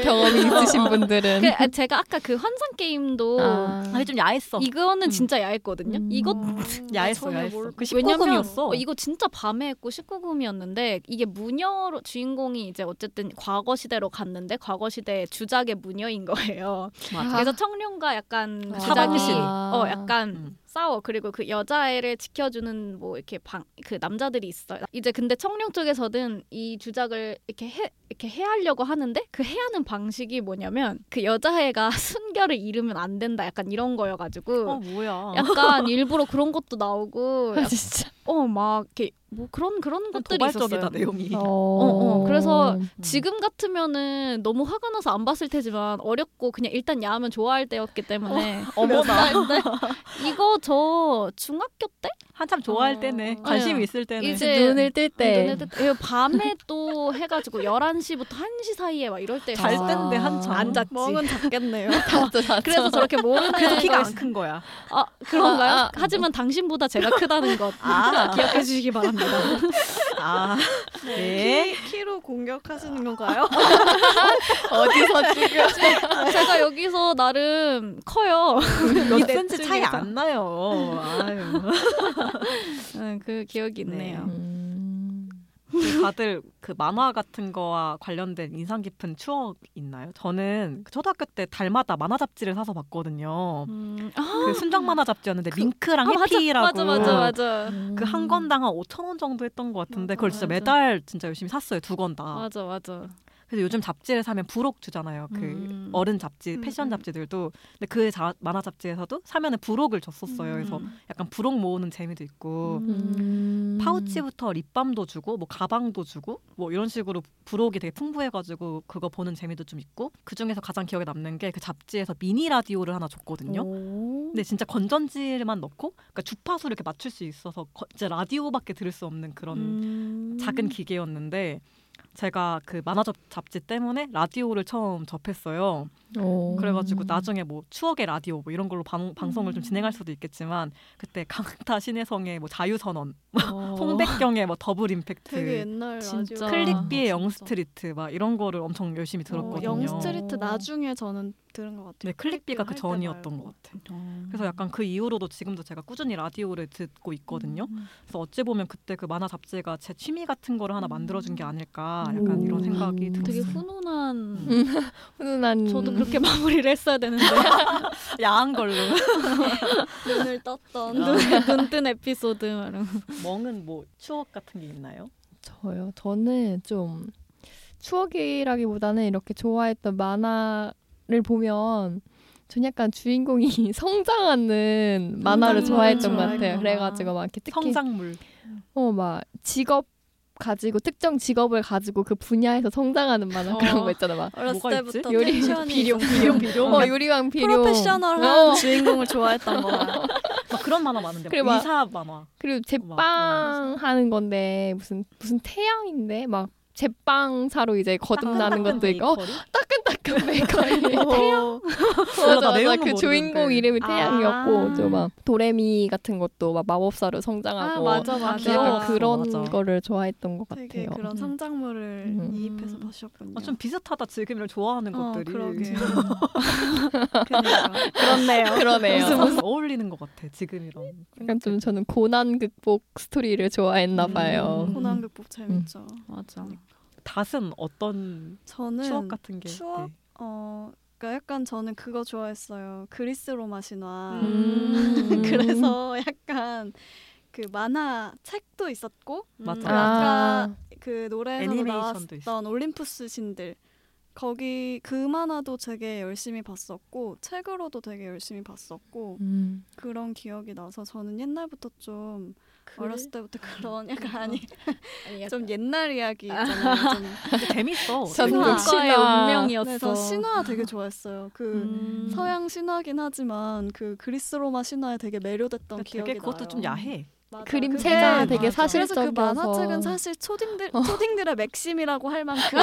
[LAUGHS] 경험이 있으신 분들은 어, 그, 아, 제가 아까 그 환상 게임도 아. 아니 좀 야했어. 이거는 음. 진짜 야했거든요. 음. 이것 [LAUGHS] 야했어, 야했어. 그 왜냐면 19금이었어. 어, 이거 진짜 밤에 했고 19금이었는데 이게 무녀로 주인공이 이제 어쨌든 과거 시대로 갔는데 과거 시대 주작의 무녀인 거예요. 맞아. 그래서 청룡과 약간 아. 주작이 사방신. 어 약간 음. 싸워 그리고 그 여자애를 지켜주는 뭐 이렇게 방 그 남자들이 있어요. 이제 근데 청룡 쪽에서는 이 주작을 이렇게 해 이렇게 해하려고 하는데 그 해하는 방식이 뭐냐면 그 여자애가 [LAUGHS] 순결을 잃으면 안 된다 약간 이런 거여가지고 어 뭐야. 약간 일부러 그런 것도 [LAUGHS] 나오고 아, 진짜 어 막 이렇게 뭐 그런 그런 것들이 도발적이다 있었어요. 내용이. 어, 그래서 음. 지금 같으면은 너무 화가 나서 안 봤을 테지만 어렵고 그냥 일단 야하면 좋아할 때였기 때문에 뭐 어머나 이거 저 중학교 때 한참 좋아할 어. 때네 어. 관심이 있을 때네 이제 눈을 뜰 때 눈에 띄- 예, 밤에 또 해가지고 11시부터 1시 사이에 막 이럴 때 잘 해서 땐데 한참 안 잤지. 음, 멍은 [LAUGHS] 작겠네요. 그래서 저렇게 모르는 그래서 키가 걸- 안 큰 거야 아, 그런가요? 아, 아. 하지만 당신보다 제가 크다는 [LAUGHS] 것 아. 기억해 주시기 바랍니다. 아네 키, 키로 공격하시는 건가요? 어디서 죽여 아. 제가 여기서 나름 [LAUGHS] 커요. 그 몇 센치 차이 안 나요 [LAUGHS] 아유 응, 그 기억이 있네요. 음. 다들 그 만화 같은 거와 관련된 인상 깊은 추억 있나요? 저는 그 초등학교 때 달마다 만화 잡지를 사서 봤거든요 음, 아, [GASPS] 그 순정 만화 잡지였는데 밍크랑 맞아, 해피라고 맞아, 맞아, 맞아. 그 한 건당 한 5천 원 정도 했던 것 같은데 그걸 진짜 맞아. 매달 진짜 열심히 샀어요 두 권 다. 맞아, 맞아. 그래서 요즘 잡지를 사면 부록 주잖아요. 그 음. 어른 잡지, 음, 패션 음. 잡지들도. 근데 그 자- 만화 잡지에서도 사면은 부록을 줬었어요. [LAUGHS] 그래서 음. 약간 부록 모으는 재미도 있고 파우치부터 립밤도 주고 뭐 가방도 주고 뭐 이런 식으로 부록이 되게 풍부해가지고 그거 보는 재미도 좀 있고 그 중에서 가장 기억에 남는 게 그 잡지에서 미니 라디오를 하나 줬거든요. 근데 진짜 건전지만 넣고 그러니까 주파수를 이렇게 맞출 수 있어서 거- 진짜 라디오밖에 들을 수 없는 그런 음, 작은 기계였는데 제가 그 만화 잡- 잡지 때문에 라디오를 처음 접했어요. 그래가지고 나중에 뭐 추억의 라디오 뭐 이런 걸로 방, 방송을 음. 좀 진행할 수도 있겠지만 그때 강타 신혜성의 뭐 자유선언, 어, 송백경의 뭐 더블 어. 되게 임팩트, 옛날 진짜. 라디오. 클릭비의 진짜. 영스트리트 막 이런 거를 엄청 열심히 들었거든요. 어, 영스트리트 나중에 저는 들은 것 같아요. 네, 클릭비가 그 할때 전이었던 말고. 것 같아요. 그래서 약간 그 이후로도 지금도 제가 꾸준히 라디오를 듣고 있거든요. 그래서 어찌 보면 그때 그 만화 잡지가 제 취미 같은 거를 하나 만들어준 게 아닐까 약간 이런 음. 생각이 들었어요. 되게 훈훈한. 음. 훈훈한 저도 그렇게 마무리를 했어야 되는데 [LAUGHS] 야한 걸로. 네. 눈을 떴던. 아, 눈뜬 에피소드 말은. 멍은 뭐 추억 같은 게 있나요? 저요. 저는 좀 추억이라기보다는 이렇게 좋아했던 만화를 보면 전 약간 주인공이 [LAUGHS] 성장하는 만화를 성장하는 좋아했던 것 좋아했구나. 같아요. 그래가지고 막 이렇게 특히 성장물. 어 막 직업 가지고 특정 직업을 가지고 그 분야에서 성장하는 만화 어. 그런 거 있잖아 막 어렸을 뭐가 있지? 때부터 요리, 텐션이 비룡, 있었어요. [LAUGHS] 비룡 비룡. 어, 요리왕 비룡 프로페셔널한 어, 주인공을 좋아했던 거. 막 그런 만화 많은데 그래, 막 막- 의사 만화. 그리고 막, 제빵 하는 건데 무슨 무슨 태양인데 막 제빵사로 이제 거듭나는 것도 있고 어, 따끈따끈 베이커리 태양. 맞아, 맞아, 나 내용은 맞아. 그 모르는데. 주인공 이름이 태양이었고 아. 또 막 도레미 같은 것도 막 마법사로 아 성장하고 맞아 약간 맞아. 그런 맞아. 거를 좋아했던 것 되게 같아요. 그런 음. 성장물을 음. 이입해서 보셨군요. 아, 좀 비슷하다 지금이랑 좋아하는 어, 것들이. [LAUGHS] 그러게. [LAUGHS] 그러니까 그렇네요. 그러네요. 무슨 [LAUGHS] 무슨 어울리는 것 같아 지금이랑. 약간 좀 저는 고난 극복 스토리를 좋아했나 음. 봐요. 음. 고난극복 재밌죠. 맞아. 그 닷은 어떤 저는 추억 같은 게 네. 네. 추억? 어 그러니까 약간 저는 그거 좋아했어요. 그리스 로마 신화. 음. 그래서 약간 그 만화 책도 있었고 맞아요. 또 아. 아까 그 노래에서 애니메이션도 나왔던 올림푸스 신들 거기 그 만화도 되게 열심히 봤었고 책으로도 되게 열심히 봤었고 음. 그런 기억이 나서 저는 옛날부터 좀 어렸을 때부터 그런 약간 아니 아니, 좀 옛날 이야기 있잖아요. 좀. 네. 근데 재밌어. 신화. 전국 과의 그래서 운명이었어. 신화 되게 좋아했어요. 그 음. 서양 신화긴 하지만 그 그리스 로마 신화에 되게 매료됐던 근데 기억이 그러니까 되게 그것도 나요. 좀 야해. 맞아. 그림체가 그게 되게 맞아. 사실적이어서. 그래서 그 만화책은 사실 초딩들 초딩들의 맥심이라고 할 만큼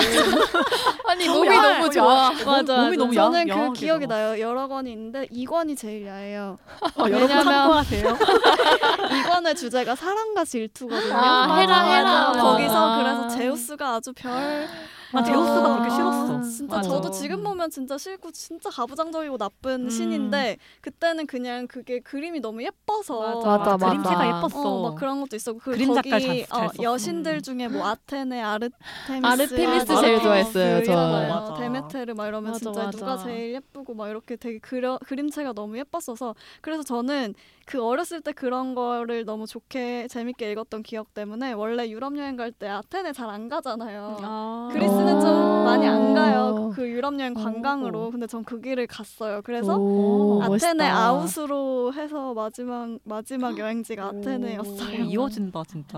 아니 몸이 너무 좋아. 맞아, 뭐, 몸이 너무 야- 저는 그 야하게 기억이 나와. 나요. 여러 권이 있는데 2권이 제일 야해요. 어, 여러분 [LAUGHS] 왜냐면- 참고하세요. 2권의 주제가 사랑과 질투거든요. 아, 해라, 맞아. 해라. 거기서 아. 그래서 제우스가 아주 별 아, 제우스가 그렇게 싫었어. 진짜 맞아. 저도 지금 보면 진짜 싫고 진짜 가부장적이고 나쁜 음. 신인데 그때는 그냥 그게 그림이 너무 예뻐서 맞아, 맞아. 그림체가 예뻤어. 어, 막 그런 것도 있었고 그 그림 거기 작가 잘- 잘 어, 썼어. 음. 여신들 중에 뭐 아테네, 아르테미스, 아르테미스 아, 제일 아르테미스 좋아했어요, 저. 이런 거예요. 맞아. 데메테르 막 이러면 맞아, 진짜 맞아. 누가 제일 예쁘고 막 이렇게 되게 그려, 그림체가 너무 예뻤어서 그래서 저는 그 어렸을 때 그런 거를 너무 좋게 재밌게 읽었던 기억 때문에 원래 유럽 여행 갈 때 아테네 잘 안 가잖아요. 아. 어. 그리스는 좀 많이 안 가요. 오. 그 유럽 여행 관광으로. 근데 전 그 길을 갔어요. 그래서 어. 오, 아테네 멋있다. 아웃으로 해서 마지막 마지막 여행지가 아테네였어요. 이어진다 진짜.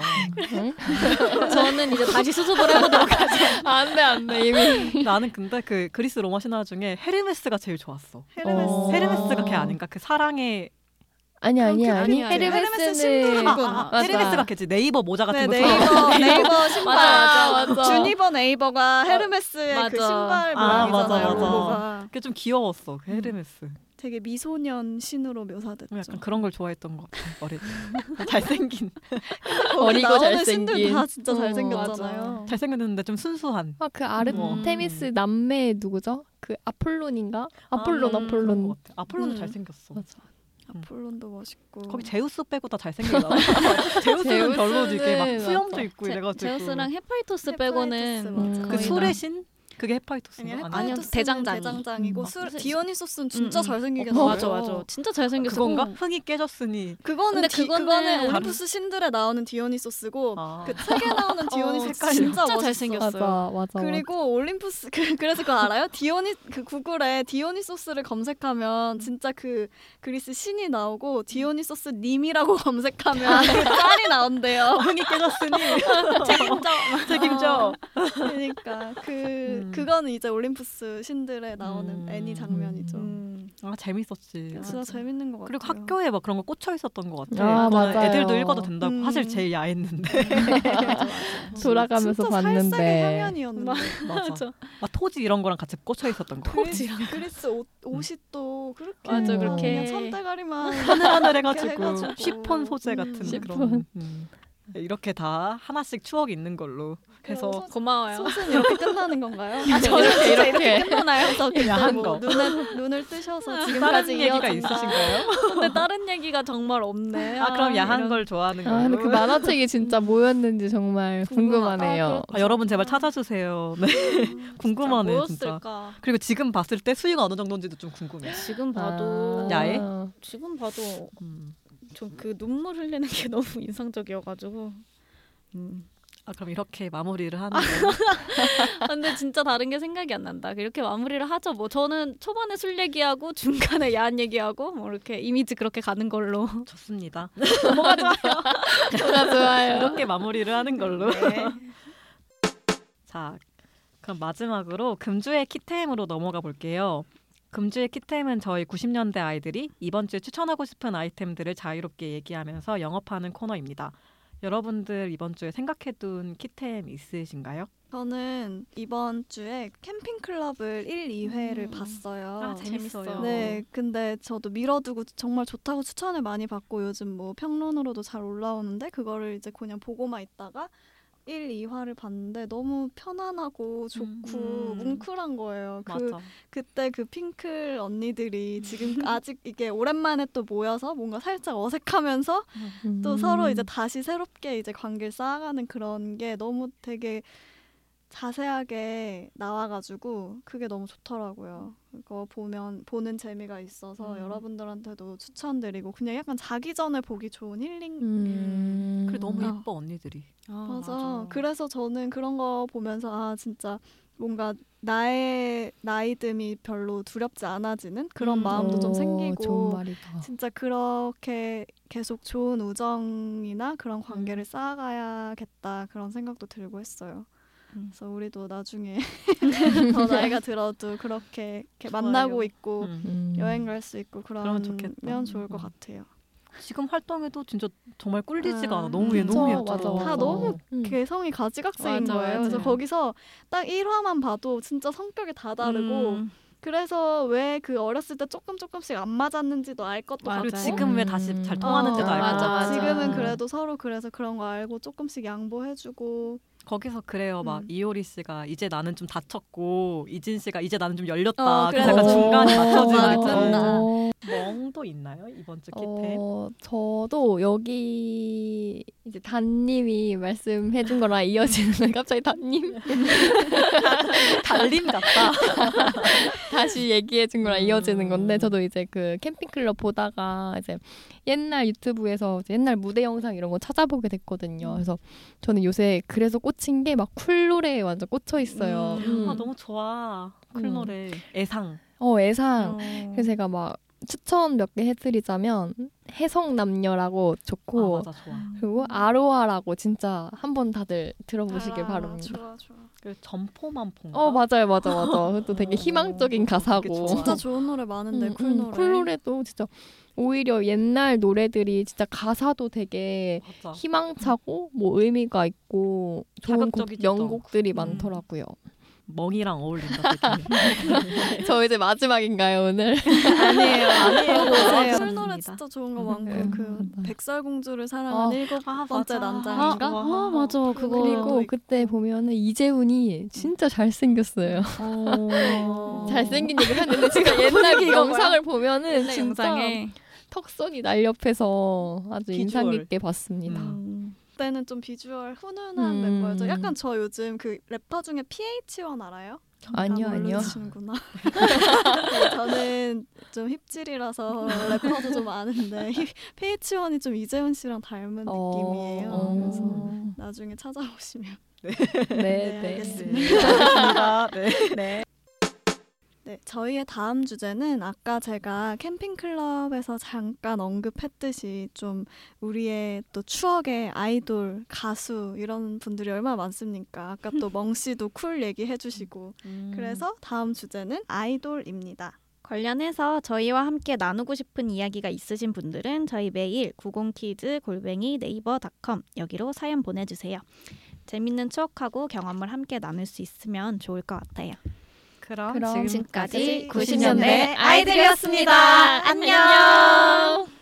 저는 이제 다시 수습을 해보도록 아, 안돼 안돼 이미 나는 근데 그 그리스 로마 신화 중에 헤르메스가 제일 좋았어. 헤르메스. 어. 헤르메스가 걔 아닌가? 그 사랑의 아니 아니 그럼 아니 그 헤르메스 신부군. 아, 아, 헤르메스가 걔지 네이버 모자 같은 네, [LAUGHS] 거. 네이버 네이버 신발. 맞아, 맞아. 아, 주니버 네이버가 헤르메스의 그 맞아. 신발 아, 모양이잖아요. 맞아, 맞아. 로고가. 그게 좀 귀여웠어. 음. 그 헤르메스. 되게 미소년 신으로 묘사됐죠. 약간 그런 걸 좋아했던 것 같아. 어릴 때. 잘생긴. 어리고 나오는 잘생긴. 신들 다 진짜 어, 잘생겼잖아요. 잘생겼는데 좀 순수한. 아, 그 아르테미스 남매 누구죠? 그 아폴론인가? 아폴론 음. 아폴론. 것 같아. 아폴로도 음. 잘생겼어. 맞아. 아폴론도 멋있고. 거기 제우스 빼고 다 잘생겼나? [LAUGHS] 제우스는 별로 이게 막 제우스는 수염도 맞아. 있고 뭐 이래가지고. 제우스랑 헤파이토스 헤파이토스 빼고는 맞아. 거의 다- 그 술의 신? 그게 헤파이토스. 아니, 아니야? 아니요, 헤파이토스는 대장장이. 대장장이고 음. 술, 무슨- 디오니소스는 진짜 음, 음. 잘생기게 나와요. 맞아 맞아 진짜 잘생겼어 그건가? 흥이 깨졌으니. 그거는 근데 디, 그거는 그거는, 다른- 올림푸스 신들에 나오는 디오니소스고 아. 그 책에 나오는 디오니소스 헷갈려. 진짜, 진짜 멋있어. 잘생겼어. 맞아 있어요. 맞아. 맞아. 그리고 올림푸스 그, 그래서 그거 알아요? 디오니 그 구글에 디오니소스를 검색하면 진짜 그 그리스 신이 나오고 디오니소스 님이라고 [LAUGHS] 검색하면 그 짤이 나온대요. 흥이 깨졌으니. 책임져. 책임져. 그러니까 그 음. 그거는 이제 올림푸스 신들에 나오는 음. 애니 장면이죠. 아 재밌었지. 진짜 재밌는 것 같아요. 그렇죠. 그리고 학교에 막 그런 거 꽂혀 있었던 것 같아. 아, 아, 맞아 맞아요. 애들도 읽어도 된다고. 음. 사실 제일 야했는데. 돌아가면서 어, 진짜 살색의 봤는데. 향연이었는데. 맞아. 막 토지 이런 거랑 같이 꽂혀 있었던 거. 그리스, 그리스 옷, 옷이 또 그렇게 맞아, 막 그렇게. 그냥 천대가리만 이렇게 하늘하늘해가지고 해가지고. 시폰 소재 같은 음. 그런. 음. 이렇게 다 하나씩 추억이 있는 걸로 그래서 해서 고마워요 [LAUGHS] 소스는 이렇게 끝나는 건가요? 아, 이렇게 이렇게. [LAUGHS] 끝나나요? 저 그때 야한 뭐 거. 눈을 눈을 뜨셔서 다른 지금까지 얘기가 이어진다. 있으신가요? 근데 다른 얘기가 정말 없네 [LAUGHS] 아 그럼 야한 이런- 걸 좋아하는 아 근데 걸로. 그 만화책이 진짜 뭐였는지 정말 음. 궁금하다. 궁금하네요. 아, 여러분 제발 찾아주세요. 네. [LAUGHS] 궁금하네 진짜. 뭐였을까 그리고 지금 봤을 때 수위가 어느 정도인지도 좀 궁금해. 지금 봐도 아. 야해? 지금 봐도 음. 좀 그 눈물 흘리는 게 너무 인상적이어가지고 음. 아 그럼 이렇게 마무리를 하는. 걸로. 아, 근데 진짜 다른 게 생각이 안 난다 이렇게 마무리를 하죠 뭐 저는 초반에 술 얘기하고 중간에 야한 얘기하고 뭐 이렇게 이미지 그렇게 가는 걸로 좋습니다. 뭐가 [LAUGHS] 좋아요. 이렇게 마무리를 하는 걸로. [LAUGHS] 자, 그럼 마지막으로 금주의 키템으로 넘어가 볼게요. 금주의 키템은 저희 90년대 아이들이 이번 주에 추천하고 싶은 아이템들을 자유롭게 얘기하면서 영업하는 코너입니다. 여러분들 이번 주에 생각해둔 키템 있으신가요? 저는 이번 주에 캠핑 클럽을 1, 2회를 음. 봤어요. 재밌어요. 네, 근데 저도 밀어두고 정말 좋다고 추천을 많이 받고 요즘 뭐 평론으로도 잘 올라오는데 그거를 이제 그냥 보고만 있다가 1, 2화를 봤는데 너무 편안하고 좋고 음. 뭉클한 거예요. 그 맞아. 그때 그 핑클 언니들이 지금 아직 이게 오랜만에 또 모여서 뭔가 살짝 어색하면서 음. 또 서로 이제 다시 새롭게 이제 관계를 쌓아가는 그런 게 너무 되게 자세하게 나와가지고 그게 너무 좋더라고요. 그거 보면 보는 재미가 있어서 음. 여러분들한테도 추천드리고 그냥 약간 자기 전에 보기 좋은 힐링. 음. 그래 너무 어. 예뻐 언니들이. [LAUGHS] 맞아. 그래서 저는 그런 거 보면서 아 진짜 뭔가 나의 나이듦이 별로 두렵지 않아지는 그런 음. 마음도 오, 좀 생기고 어, 좋은 말이다. 진짜 그렇게 계속 좋은 우정이나 그런 관계를 쌓아가야겠다 그런 생각도 들고 했어요. 음. 그래서 우리도 나중에 더 나이가 들어도 그렇게 이렇게 만나고 있고 음. 여행 갈 수 있고 그러면 그러면 좋겠다. 좋을 것 음. 같아요. 지금 활동해도 진짜 정말 꿀리지가 아, 않아. 너무 예, 너무 그쵸, 예뻐. 맞아, 맞아. 다 너무 음. 개성이 가지각색인 맞아, 거예요. 그래서 맞아요. 거기서 딱 1화만 봐도 진짜 성격이 다 다르고 음. 그래서 왜 그 어렸을 때 조금 조금씩 안 맞았는지도 알 것도 그리고 맞아요. 같고 지금 왜 다시 잘 음. 통하는지도 어, 알고. 맞아, 맞아. 지금은 음. 그래도 서로 그래서 그런 거 알고 조금씩 양보해주고 거기서 그래요. 막 음. 이효리 씨가 이제 나는 좀 다쳤고 이진 씨가 이제 나는 좀 열렸다. 어, 그래서 약간 그래서- 중간에 맞춰지는 맞아. 거잖아. 맞아. 어, 멍도 있나요 이번 주 키템? 어, 저도 여기 이제 단님이 말씀해준 거랑 이어지는 거예요. 갑자기 단님 달림 같다. 다시 얘기해준 거랑 이어지는 건데 저도 이제 그 캠핑 클럽 보다가 이제 옛날 유튜브에서 이제 옛날 무대 영상 이런 거 찾아보게 됐거든요. 그래서 저는 요새 그래서 꽂힌 게 막 쿨 노래에 완전 꽂혀 있어요. 아 너무 좋아. 쿨 음. 노래. 애상. 어 애상. 그래서 그래서 제가 막 추천 몇 개 해드리자면 해성 남녀라고 좋고 아, 맞아 좋아. 그리고 아로아라고 진짜 한번 다들 들어보시길 아, 바랍니다. 좋아 좋아. 그 점포만 폰. 어 맞아요 맞아 맞아. 그것도 어, 되게 희망적인 가사고. 좋아. 진짜 좋은 노래 많은데 음, 쿨 음, 노래. 쿨 노래도 진짜 오히려 옛날 노래들이 진짜 가사도 되게 맞아. 희망차고 뭐 의미가 있고 좋은 곡, 자극적이지도 음. 명곡들이 많더라고요. [LAUGHS] 멍이랑 어울린다. 그 되게. 저 이제 마지막인가요 [LAUGHS] 오늘? 아니에요 [LAUGHS] 보세요. 쿨 노래 진짜 좋은 거 많고 음. 그 백설공주를 사랑한 아, 일곱 아, 번째 맞아. 난장인가. 아, 좋아. 어, 아 맞아 그거 그리고 있고. 그때 보면은 이재훈이 진짜 잘생겼어요. 어. [LAUGHS] 잘생긴 얘기를 [LAUGHS] 했는데 진짜 옛날 그 영상을 보면은 옛날 진짜 영상에 턱선이 날렵해서 아주 인상 비주얼. 깊게 [LAUGHS] 봤습니다. 음. 그때는 좀 비주얼 훈훈한 음. 멤버였죠. 약간 저 요즘 그 래퍼 중에 PH1 알아요? 아니요 아, 아니요. 모르시는구나. 네, 저는 좀 힙질이라서 [LAUGHS] 래퍼도 좀 아는데 힙- PH1이 좀 이재훈 씨랑 닮은 어, 느낌이에요. 어. 그래서 나중에 찾아보시면 네, 네, 네. 알겠습니다. 알겠습니다. 네. 네, 저희의 다음 주제는 아까 제가 캠핑 클럽에서 잠깐 언급했듯이 좀 우리의 또 추억의 아이돌, 가수 이런 분들이 얼마나 많습니까? 아까 [LAUGHS] 또 멍씨도 쿨 얘기해 주시고. 그래서 다음 주제는 아이돌입니다. 관련해서 저희와 함께 나누고 싶은 이야기가 있으신 분들은 저희 메일 90키즈 골뱅이 네이버닷컴 여기로 사연 보내주세요. 재밌는 추억하고 경험을 함께 나눌 수 있으면 좋을 것 같아요. 그럼, 그럼 지금 지금까지 90년대 90년대 아이들이었습니다. 안녕.